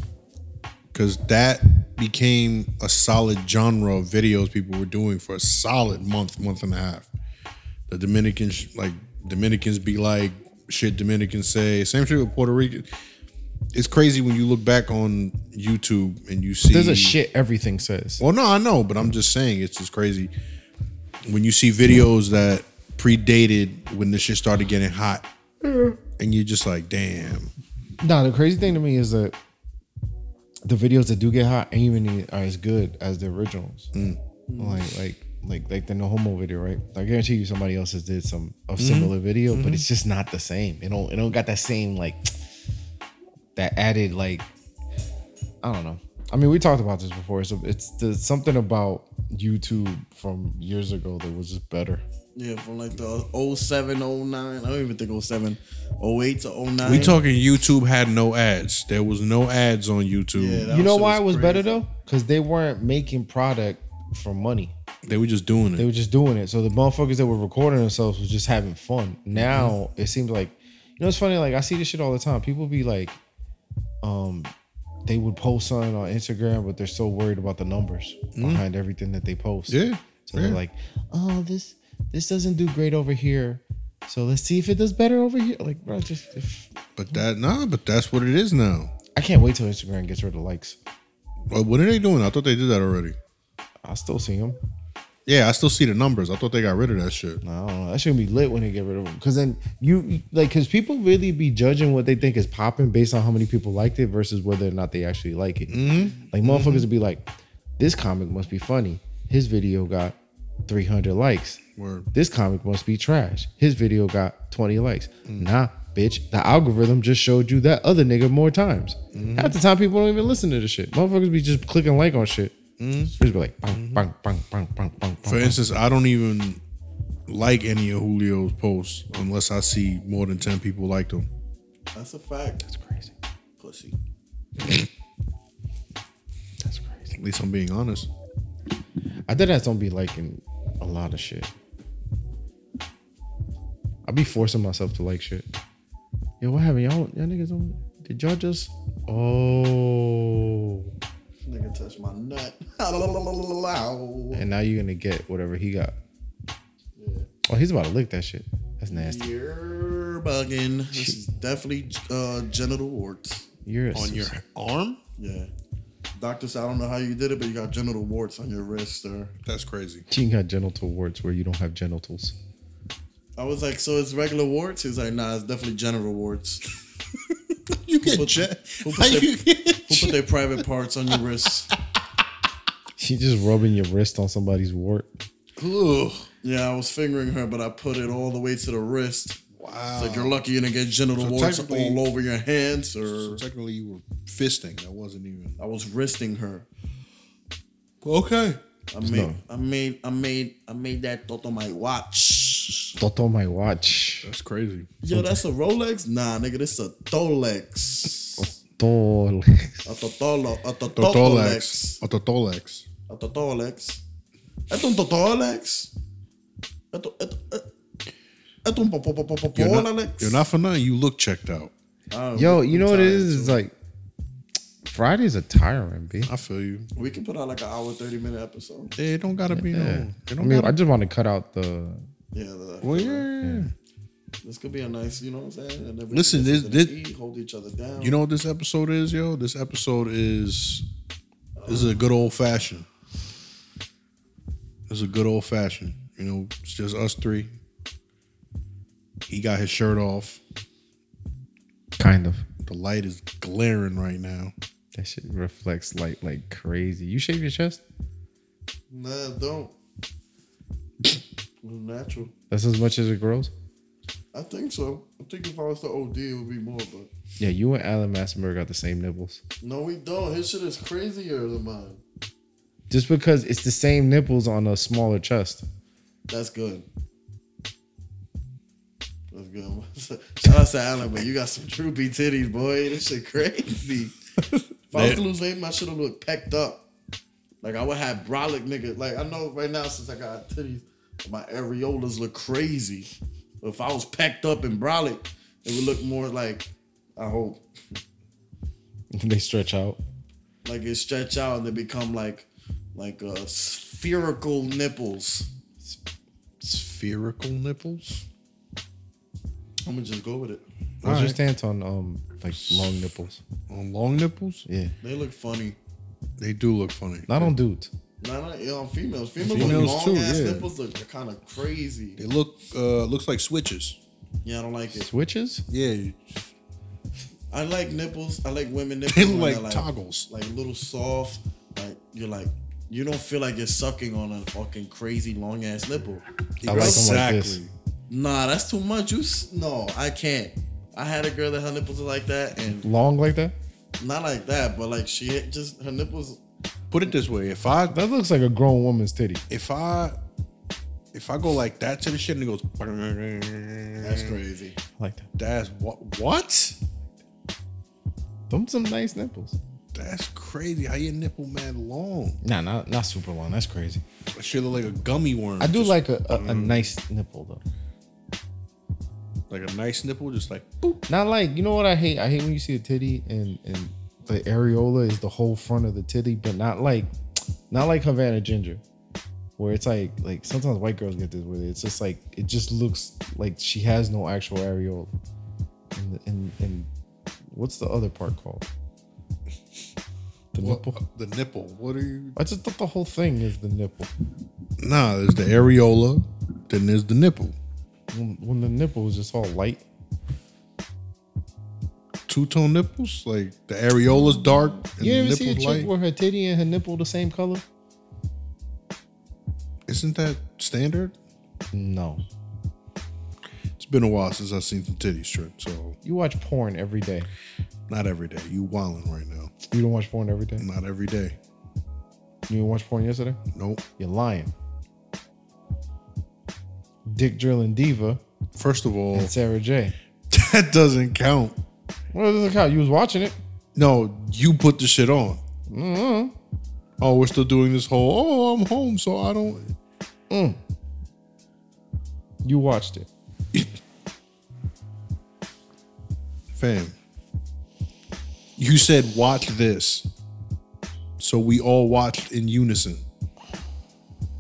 C: because that became a solid genre of videos people were doing for a solid month, month and a half. The Dominicans, like Dominicans, be like shit. Dominicans say same shit with Puerto Rican. It's crazy when you look back on YouTube and you see
B: There's a shit everything says.
C: Well, no, I know, but I'm just saying it's just crazy when you see videos that predated when this shit started getting hot, and you're just like, damn.
B: Nah, the crazy thing to me is that the videos that do get hot ain't even are as good as the originals.
A: Mm.
B: Like, like, like, like the no homo video, right? I guarantee you, somebody else has did some
A: Mm-hmm.
B: a similar video, but it's just not the same. It don't, it don't got that same like that added like. I don't know. I mean, we talked about this before. So it's the something about YouTube from years ago that was just better.
A: Yeah, from like the 07, 09. I don't even think 07, 08 to 09.
C: We talking YouTube had no ads. There was no ads on YouTube.
A: Yeah, that
B: You know
A: shit
B: why it was better
A: crazy.
B: though? Because they weren't making product for money.
C: They were just doing it.
B: They were just doing it. So the motherfuckers that were recording themselves was just having fun. Now
C: Mm-hmm.
B: it seems like, you know, it's funny. Like I see this shit all the time. People be like, um, they would post something on Instagram, but they're so worried about the numbers behind everything that they post.
C: Mm-hmm. yeah.
B: So they're like, oh, this this doesn't do great over here. So let's see if it does better over here. Like, bro, just if,
C: But that nah, but that's what it is now.
B: I can't wait till Instagram gets rid of likes.
C: Well, What are they doing? I thought they did that already.
B: I still see them.
C: Yeah, I still see the numbers. I thought they got rid of that shit.
B: I don't know. That shouldn't be lit when they get rid of them. Because then you like, because people really be judging what they think is popping based on how many people liked it versus whether or not they actually like it. Like motherfuckers would be like, "This comic must be funny. His video got 300 likes.
C: Word.
B: This comic must be trash. His video got 20 likes. Nah, bitch. The algorithm just showed you that other nigga more times. Half the time, people don't even listen to the shit. Motherfuckers be just clicking like on shit. Just be like, bang, bang, bang, bang, bang, bang,
C: For
B: bang.
C: instance, I don't even like any of Julio's posts unless I see more than ten people like them.
A: That's a fact.
B: That's crazy.
A: Pussy.
B: That's crazy.
C: At least I'm being honest.
B: I dead ass don't be liking a lot of shit. I be forcing myself to like shit. Yo, what happened? Y'all, y'all niggas don't. Did y'all just? Oh.
A: Nigga touched my nut. yeah.
B: And now you're gonna get whatever he got. Oh, he's about to lick that shit. That's nasty.
A: You're bugging. This is definitely uh, genital warts.
B: You're a
C: On your arm?
A: Yeah. Doctor said, I don't know how you did it, but you got genital warts on your wrist, sir.
C: That's crazy.
B: You got genital warts where you don't have genitals.
A: I was like, so it's regular warts? He's like, nah, it's definitely general warts.
C: You get
A: Put- who put their- Who put their private parts on your wrists?
B: She just rubbing your wrist on somebody's wart.
A: Yeah, I was fingering her, but I put it all the way to the wrist.
C: Wow.
A: It's like you're lucky you didn't get genital
C: So
A: warts
C: technically-
A: all over your hands, or
C: technically you were fisting. That wasn't even
A: I was wristing her.
C: Okay.
A: I made, I made, I made, I made that thought on my watch.
B: Don't throw my watch.
C: That's crazy.
A: Yo, that's a Rolex? Nah, nigga, this a Tolex.
B: Don't.
A: A Totolo, a Totolex,
C: Totolex. A Totolex.
A: a Totolex. Esto un Totolex. Esto, esto, esto- esto un Popopopopolex.
C: You're not, you're not for nothing. You look checked out.
A: Oh,
B: Yo, you know what it
A: tired,
B: is? It's like Fridays are tiring, b.
C: I feel you.
A: We can put out like an hour, 30 minute episode.
C: It don't gotta be
B: Yeah.
C: no. It
B: I
C: don't
B: mean, I
C: gotta,
B: just want to cut out the
A: Yeah, the-
C: Well, yeah.
B: Mm.
A: this could be a nice, you know what I'm saying? And everybody
C: Listen,
A: gets
C: this-
A: something to
C: this-
A: eat, hold each other down.
C: You know what this episode is, yo? This episode is this is a good old fashioned. This is a good old fashioned. You know, it's just us three. He got his shirt off.
B: Kind of.
C: The light is glaring right now.
B: That shit reflects light like crazy. You shave your chest?
A: nah, don't. Natural.
B: That's as much as it grows?
A: I think so. I think if I was to OD, it would be more, but
B: Yeah, you and Alan Massenberg got the same nipples.
A: no, we don't. His shit is crazier than mine.
B: Just because it's the same nipples on a smaller chest.
A: That's good. That's good. Shout out to Alan, but you got some droopy titties, boy. This shit crazy. if I was to lose weight, my shit would look pecked up. Like I would have brolic nigga. Like I know right now since I got titties, my areolas look crazy. But if I was pecked up and brolic, it would look more like I hope
B: they stretch out.
A: like it stretch out and they become like like uh spherical nipples.
C: Spherical nipples?
A: I'm gonna just go with it.
B: What's your
C: Alright.
B: stance on um like long nipples?
C: On long nipples?
B: Yeah.
A: They look funny.
C: They do look funny.
B: Not on dudes.
A: No, no, yeah, on females. Females,
C: Females
A: with long
C: too,
A: ass
C: yeah.
A: nipples look kind of crazy.
C: They look uh looks like switches.
A: Yeah, I don't like it.
B: Switches?
C: Yeah.
A: I like nipples. I like women nipples.
C: They
A: when
C: look
A: they're,
C: like toggles.
A: Like little soft. Like you're like you don't feel like you're sucking on a fucking crazy long ass nipple.
B: I like them like this.
C: Exactly.
A: Nah, that's too much. You s- no, I can't. I had a girl that her nipples are like that, and
B: Long like that?
A: not like that, but like she had just her nipples.
C: Put it this way, if I
B: That looks like a grown woman's titty.
C: if I if I go like that to the shit and it goes
A: That's crazy.
B: I like that.
C: That's what? What?
B: Them some nice nipples.
C: That's crazy. How your nipple mad long?
B: Nah, not not super long. That's crazy. Mm.
C: That shit look like a gummy worm.
B: I do
C: Just
B: like a, a, a nice nipple though.
C: like a nice nipple, just like boop.
B: Not like you know what I hate. I hate when you see a titty and and the areola is the whole front of the titty, but not like not like Havana Ginger, where it's like like sometimes white girls get this with it. It's just like it just looks like she has no actual areola. And and, and what's the other part called? The nipple.
C: What- The nipple. What are you?
B: I just thought the whole thing is the nipple.
C: Nah, there's the areola, then there's the nipple.
B: When, when the nipple is just all light.
C: Two tone nipples, like the areola's dark and
B: You
C: the
B: ever
C: nipple's
B: see a chick
C: light.
B: where her titty and her nipple the same color?
C: Isn't that standard?
B: No.
C: It's been a while since I've seen some titties, Trent. So
B: You watch porn every day.
C: not every day. You wildin' right now.
B: You don't watch porn every day. You
C: Not every day.
B: didn't watch porn yesterday.
C: Nope.
B: You're lying. Dick drilling diva
C: First of all,
B: and Sarah J.
C: that doesn't count.
B: Well, doesn't count. You was watching it.
C: No, you put the shit on.
B: Mm-hmm.
C: Oh, we're still doing this whole. Oh, I'm home, so I don't.
B: You watched it.
C: Fam, you said watch this, so we all watched in unison.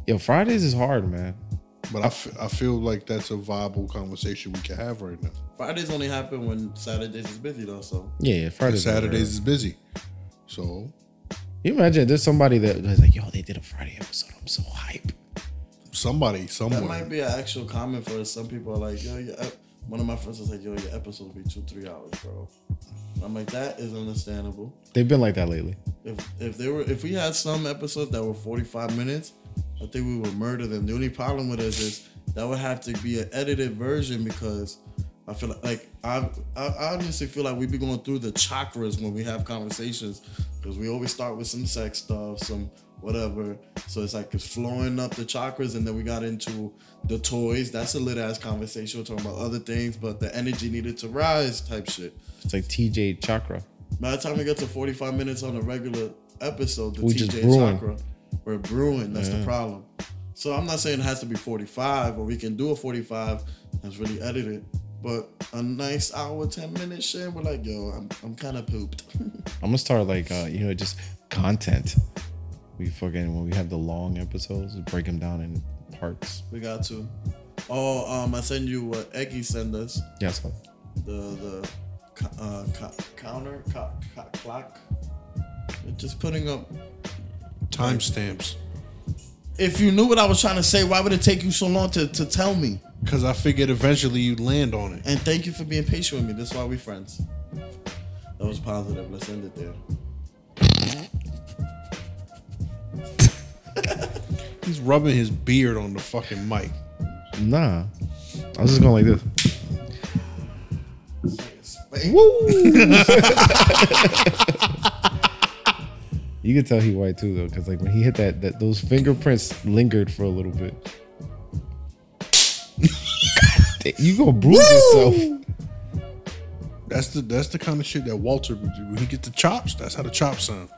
B: Yo, Fridays is hard, man.
C: But I, f- I feel like that's a viable conversation we can have right now.
A: Fridays only happen when Saturdays is busy though, so
B: Yeah, yeah Fridays. is hard.
C: Saturdays is busy, so
B: You imagine there's somebody that was like, yo, they did a Friday episode. I'm so hype.
C: somebody
A: that
C: somewhere.
A: might be an actual comment for us. Some people are like, yo, your ep-. one of my friends was like, yo, your episodes be two, three hours, bro. I'm like, that is understandable.
B: They've been like that lately.
A: If if they were if we had some episodes that were 45 minutes, I think we would murder them. The only problem with us is that would have to be an edited version because I feel like, like I, I I honestly feel like we'd be going through the chakras when we have conversations because we always start with some sex stuff, some whatever. So it's like it's flowing up the chakras, and then we got into the toys. That's a lit ass conversation. We're talking about other things, but the energy needed to rise type shit.
B: It's like TJ Chakra.
A: By the time we get to 45 minutes on a regular episode, the
B: We just
A: TJ
B: brewing.
A: Chakra, we're brewing. That's the problem. So I'm not saying it has to be 45, or we can do a 45 that's really edited. But a nice hour, 10 minute shit, we're like, yo, I'm, I'm kind of pooped.
B: I'm gonna start like uh, you know just content. We fucking when we have the long episodes, we break them down in parts.
A: we got to. Oh, um, I send you what Eggy sent us.
B: Yes.
A: The the co- uh, co- counter co- co- clock. It's just putting up.
C: Timestamps.
A: If you knew what I was trying to say, why would it take you so long to, to tell me?
C: Because I figured eventually you'd land on it.
A: And thank you for being patient with me. That's why we friends. That was positive. Let's end it there.
C: He's rubbing his beard on the fucking mic.
B: Nah. I was just going like this. You could tell he white too though, because like when he hit that, that those fingerprints lingered for a little bit. Damn, you gonna bruise yourself?
C: That's the that's the kind of shit that Walter would do. When he get the chops, that's how the chops sound.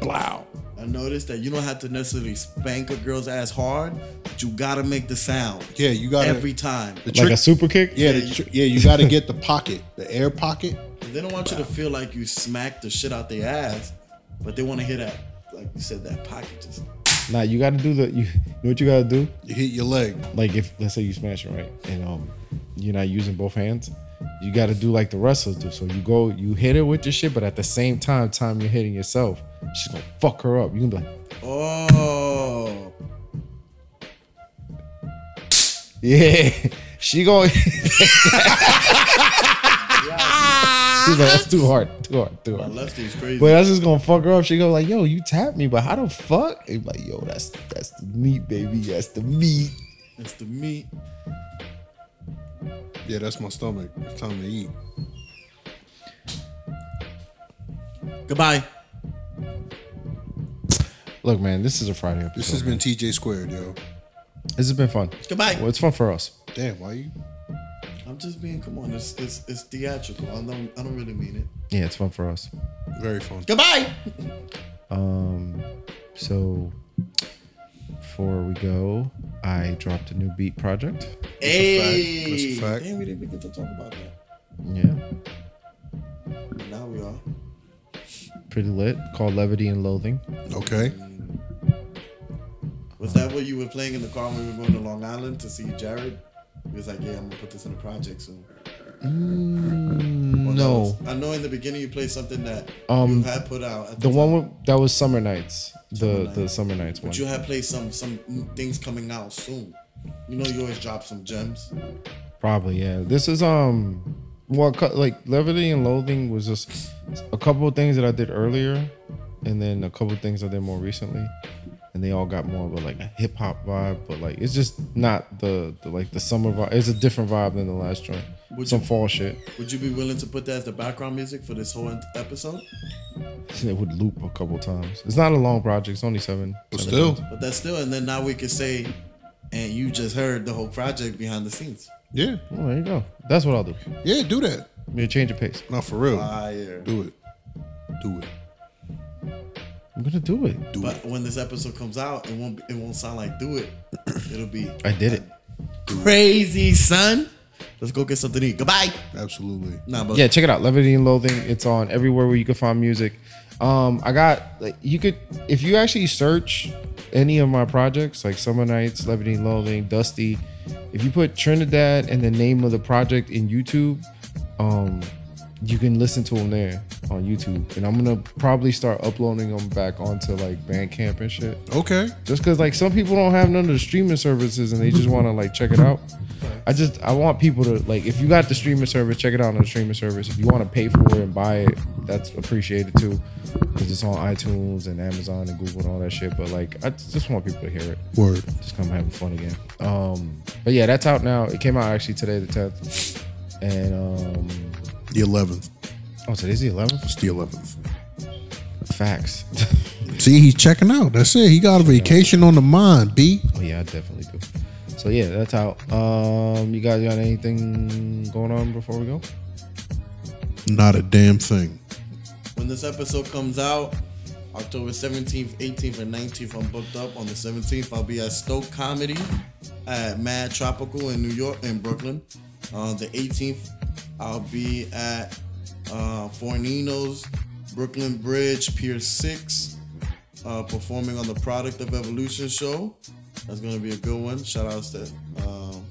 C: Wow.
A: I noticed that you don't have to necessarily spank a girl's ass hard, but you gotta make the sound
C: Yeah, you got
A: every time.
C: the
B: Like
C: trick.
B: a super kick?
C: yeah, the tr- yeah, you got to get the pocket, the air pocket.
A: They don't want you to feel like you smacked the shit out their ass, but they want to hear that, like you said, that pocket just.
B: Nah, you gotta do the. You, you know what you gotta do?
C: You hit your leg.
B: Like if let's say you smash it right, and um, you're not using both hands, you gotta do like the wrestlers do. So you go, you hit her with your shit, but at the same time, time you're hitting yourself, she's gonna fuck her up. You can be like,
A: Oh,
B: yeah, she going. She's like, that's too hard, too hard, too
A: my
B: hard.
A: lefty is crazy.
B: But that's just gonna fuck her up. She go like, yo, you tapped me, but how the fuck? And like, yo, that's that's the meat, baby. That's the meat.
A: it's the meat.
C: Yeah, that's my stomach. It's time to eat.
A: Goodbye.
B: Look, man, this is a Friday episode.
C: This has been TJ squared, yo.
B: This has been fun.
A: Goodbye.
B: Well, it's fun for us.
C: Damn, why you?
A: I'm just being. Come on, it's it's, it's theatrical. I don't I don't really mean it.
B: Yeah, it's fun for us.
C: Very fun.
A: Goodbye.
B: Um, so before we go, I dropped a new beat project.
A: Hey.
C: That's a fact.
A: Damn, we didn't even get to talk about that.
B: Yeah,
A: Now we are.
B: pretty lit. Called Levity and Loathing.
C: Okay.
A: Was that what you were playing in the car when we were going to Long Island to see Jared? He was like, "Yeah, I'm gonna put this in a project soon." Or that
B: no,
A: was- I know in the beginning you played something that you
B: Um,
A: had put out. at
B: the
A: time.
B: one with, that was Summer Nights.
A: Summer
B: The the
A: Nights.
B: Summer Nights one.
A: But you had played some some new things coming out soon. You know you always drop some gems.
B: Probably, yeah. This is um, well, cu- like levity and loathing was just a couple of things that I did earlier, and then a couple of things I did more recently, and they all got more of a like hip hop vibe. But like, it's just not the, the like the summer vibe. It's a different vibe than the last joint.
A: Would
B: Some
A: you-
B: fall shit.
A: Would you be willing to put that as the background music for this whole en- episode?
B: It would loop a couple times. It's not a long project. It's only seven.
C: But
B: seven
C: still,
A: But that's still, and then now we could say, and you just heard the whole project behind the scenes.
C: yeah,
B: minutes. Oh, there you go. That's what I'll do.
C: yeah, do that.
B: We change of pace.
C: Not for real.
A: Fire.
C: Do it. Do it.
B: I'm gonna do it.
C: Do it.
A: But when this episode comes out, it won't it won't sound like do it. It'll be
B: I did it.
A: crazy, son. Let's go get something to eat. Goodbye.
C: Absolutely.
A: Nah, but
B: yeah check it out levity and loathing it's on everywhere where you can find music um i got like you could if you actually search any of my projects like summer nights levity and loathing dusty if you put trinidad and the name of the project in youtube um you can listen to them there on youtube and i'm gonna probably start uploading them back onto like bandcamp and shit
C: Okay.
B: just because like some people don't have none of the streaming services and they just want to like check it out i just i want people to like if you got the streaming service check it out on the streaming service if you want to pay for it and buy it that's appreciated too because it's on itunes and amazon and google and all that shit but like i just want people to hear it
C: Word.
B: just come having fun again um but yeah that's out now it came out actually today the 10th and um
C: The 11th.
B: oh today's the 11th
C: It's the 11th.
B: facts
C: See, he's checking out. That's it. He got a vacation on the mind, B.
B: Oh yeah, I definitely do. So yeah, that's out. Um, you guys got anything going on before we go?
C: Not a damn thing.
A: when this episode comes out, October 17th, 18th, and 19th, I'm booked up. On the 17th, I'll be at Stoke Comedy at Mad Tropical in New York, in Brooklyn. On the 18th, I'll be at uh, Fornino's Brooklyn Bridge, Pier 6, uh, performing on the Product of Evolution show. That's going to be a good one. Shout outs to um,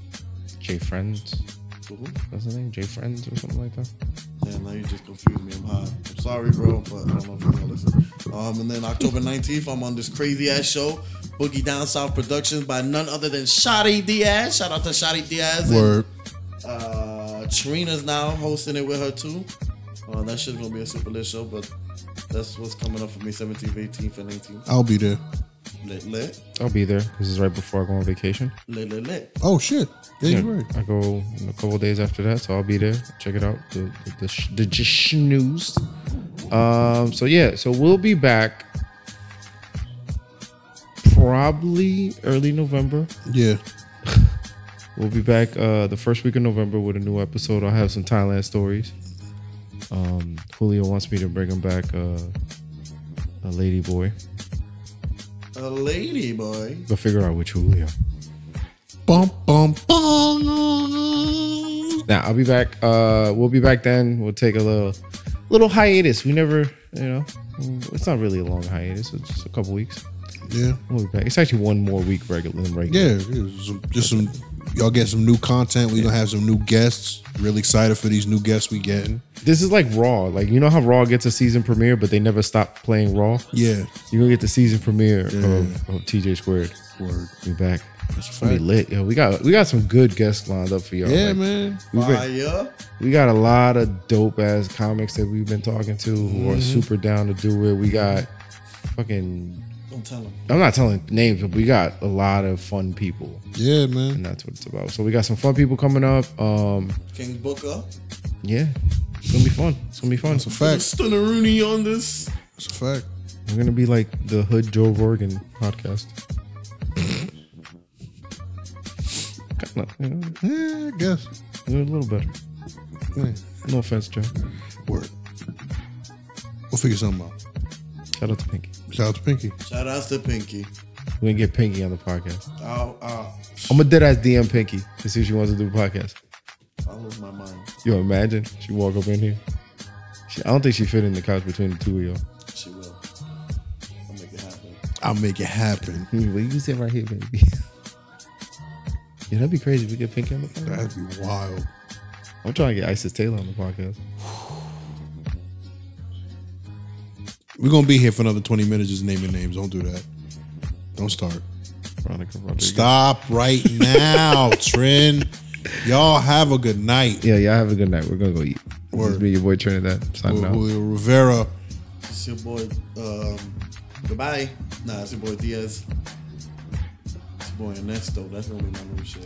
B: J Friends. What's his name? J Friends or something like that.
A: Yeah, now you just confused me. I'm high. I'm sorry, bro, but I don't know if you're gonna listen. Um, and then October 19th, I'm on this crazy ass show, Boogie Down South Productions by none other than Shotty Diaz. Shout out to Shotty Diaz. And,
C: Word.
A: uh, Trina's now hosting it with her too. Uh, that shit's gonna be a super lit show, but that's what's coming up for me 17th, 18th, and 19th.
C: I'll be there.
A: Lit, lit,
B: I'll be there. This is right before I go on vacation.
A: lit, lit, lit.
C: Oh shit. That's right.
B: I go in a couple days after that, so I'll be there. Check it out. The the, the, sh- the just news. Um. So yeah. So we'll be back. Probably early November.
C: Yeah.
B: We'll be back uh, the first week of November with a new episode. I'll have some Thailand stories. Um, Julio wants me to bring him back uh, a lady boy.
A: A lady boy.
B: Go figure out which Julio.
C: Bum bum bum.
B: Now I'll be back. Uh, we'll be back then. We'll take a little, little hiatus. We never, you know, it's not really a long hiatus. It's just a couple weeks.
C: Yeah.
B: We'll be back. It's actually one more week regular than regular.
C: Yeah. it was some- Just some. Y'all get some new content. We're gonna have some new guests. Really excited for these new guests we getting.
B: This is like Raw. Like you know how Raw gets a season premiere, but they never stop playing Raw.
C: Yeah.
B: You're gonna get the season premiere of, of TJ Squared.
C: Word.
B: We back.
C: That's a
B: It's gonna
C: fact.
B: be lit, yo. We got we got some good guests lined up for y'all.
C: Yeah,
B: Like,
C: man.
B: We've been,
A: Fire.
B: we got a lot of dope ass comics that we've been talking to who
C: Mm-hmm.
B: are super down to do it. We got fucking.
A: Don't tell him.
B: I'm not telling names, but we got a lot of fun people,
C: Yeah, man.
B: and that's what it's about. So we got some fun people coming up. Um,
A: King Booker.
B: yeah, it's gonna be fun. It's gonna be fun.
C: It's a fact.
A: Stunner Rooney on this.
C: It's a fact.
B: We're gonna be like the Hood Joe Rogan podcast. Kinda, you know,
C: Yeah, I guess.
B: we're a little better.
C: Yeah.
B: No offense, Joe.
C: Word. We'll figure something out.
B: Shout out to Pinky.
C: Shout out to Pinky.
A: Shout outs to Pinky.
B: We can get Pinky on the podcast.
A: Ow, ow.
B: I'm gonna dead ass DM Pinky to see if she wants to do a podcast.
A: I lose my mind.
B: You imagine she walk up in here. She, I don't think she fit in the couch between the two of y'all.
A: She will. I'll make it happen.
C: I'll make it happen.
B: Hmm, Well, you sit right here, baby. yeah, that'd be crazy if we get Pinky on the podcast.
C: That'd be wild.
B: I'm trying to get Isis Taylor on the podcast.
C: We're gonna be here for another 20 minutes just naming names. Don't do that. Don't start.
B: Veronica Rodriguez.
C: Stop right now, Trin. Y'all have a good night.
B: Yeah, y'all have a good night. We're gonna go eat. This
C: Word.
B: is me, your boy Trinidad. Signing out.
C: Julio Rivera.
A: It's your boy. Um, goodbye. Nah, it's your boy Diaz. It's your boy Ernesto. That's gonna be my new shit.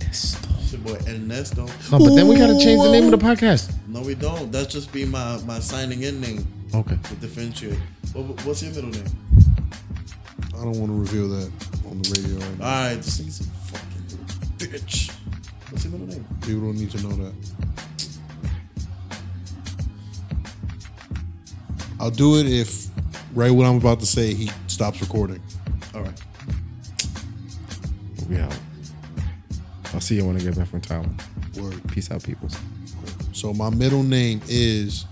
A: It's your boy Ernesto.
B: No, but then we gotta change the name of the podcast.
A: No, we don't. That's just be my my signing in name
B: Okay.
A: to differentiate. What, what's your middle name?
C: I don't want to reveal that on the radio right
A: All
C: now.
A: right, this thing's a fucking little bitch. What's your middle name?
C: People don't need to know that. I'll do it if right what I'm about to say he stops recording.
A: All right.
B: We out. I'll see you when I get back from Thailand.
C: Word.
B: Peace out, peoples.
C: So my middle name is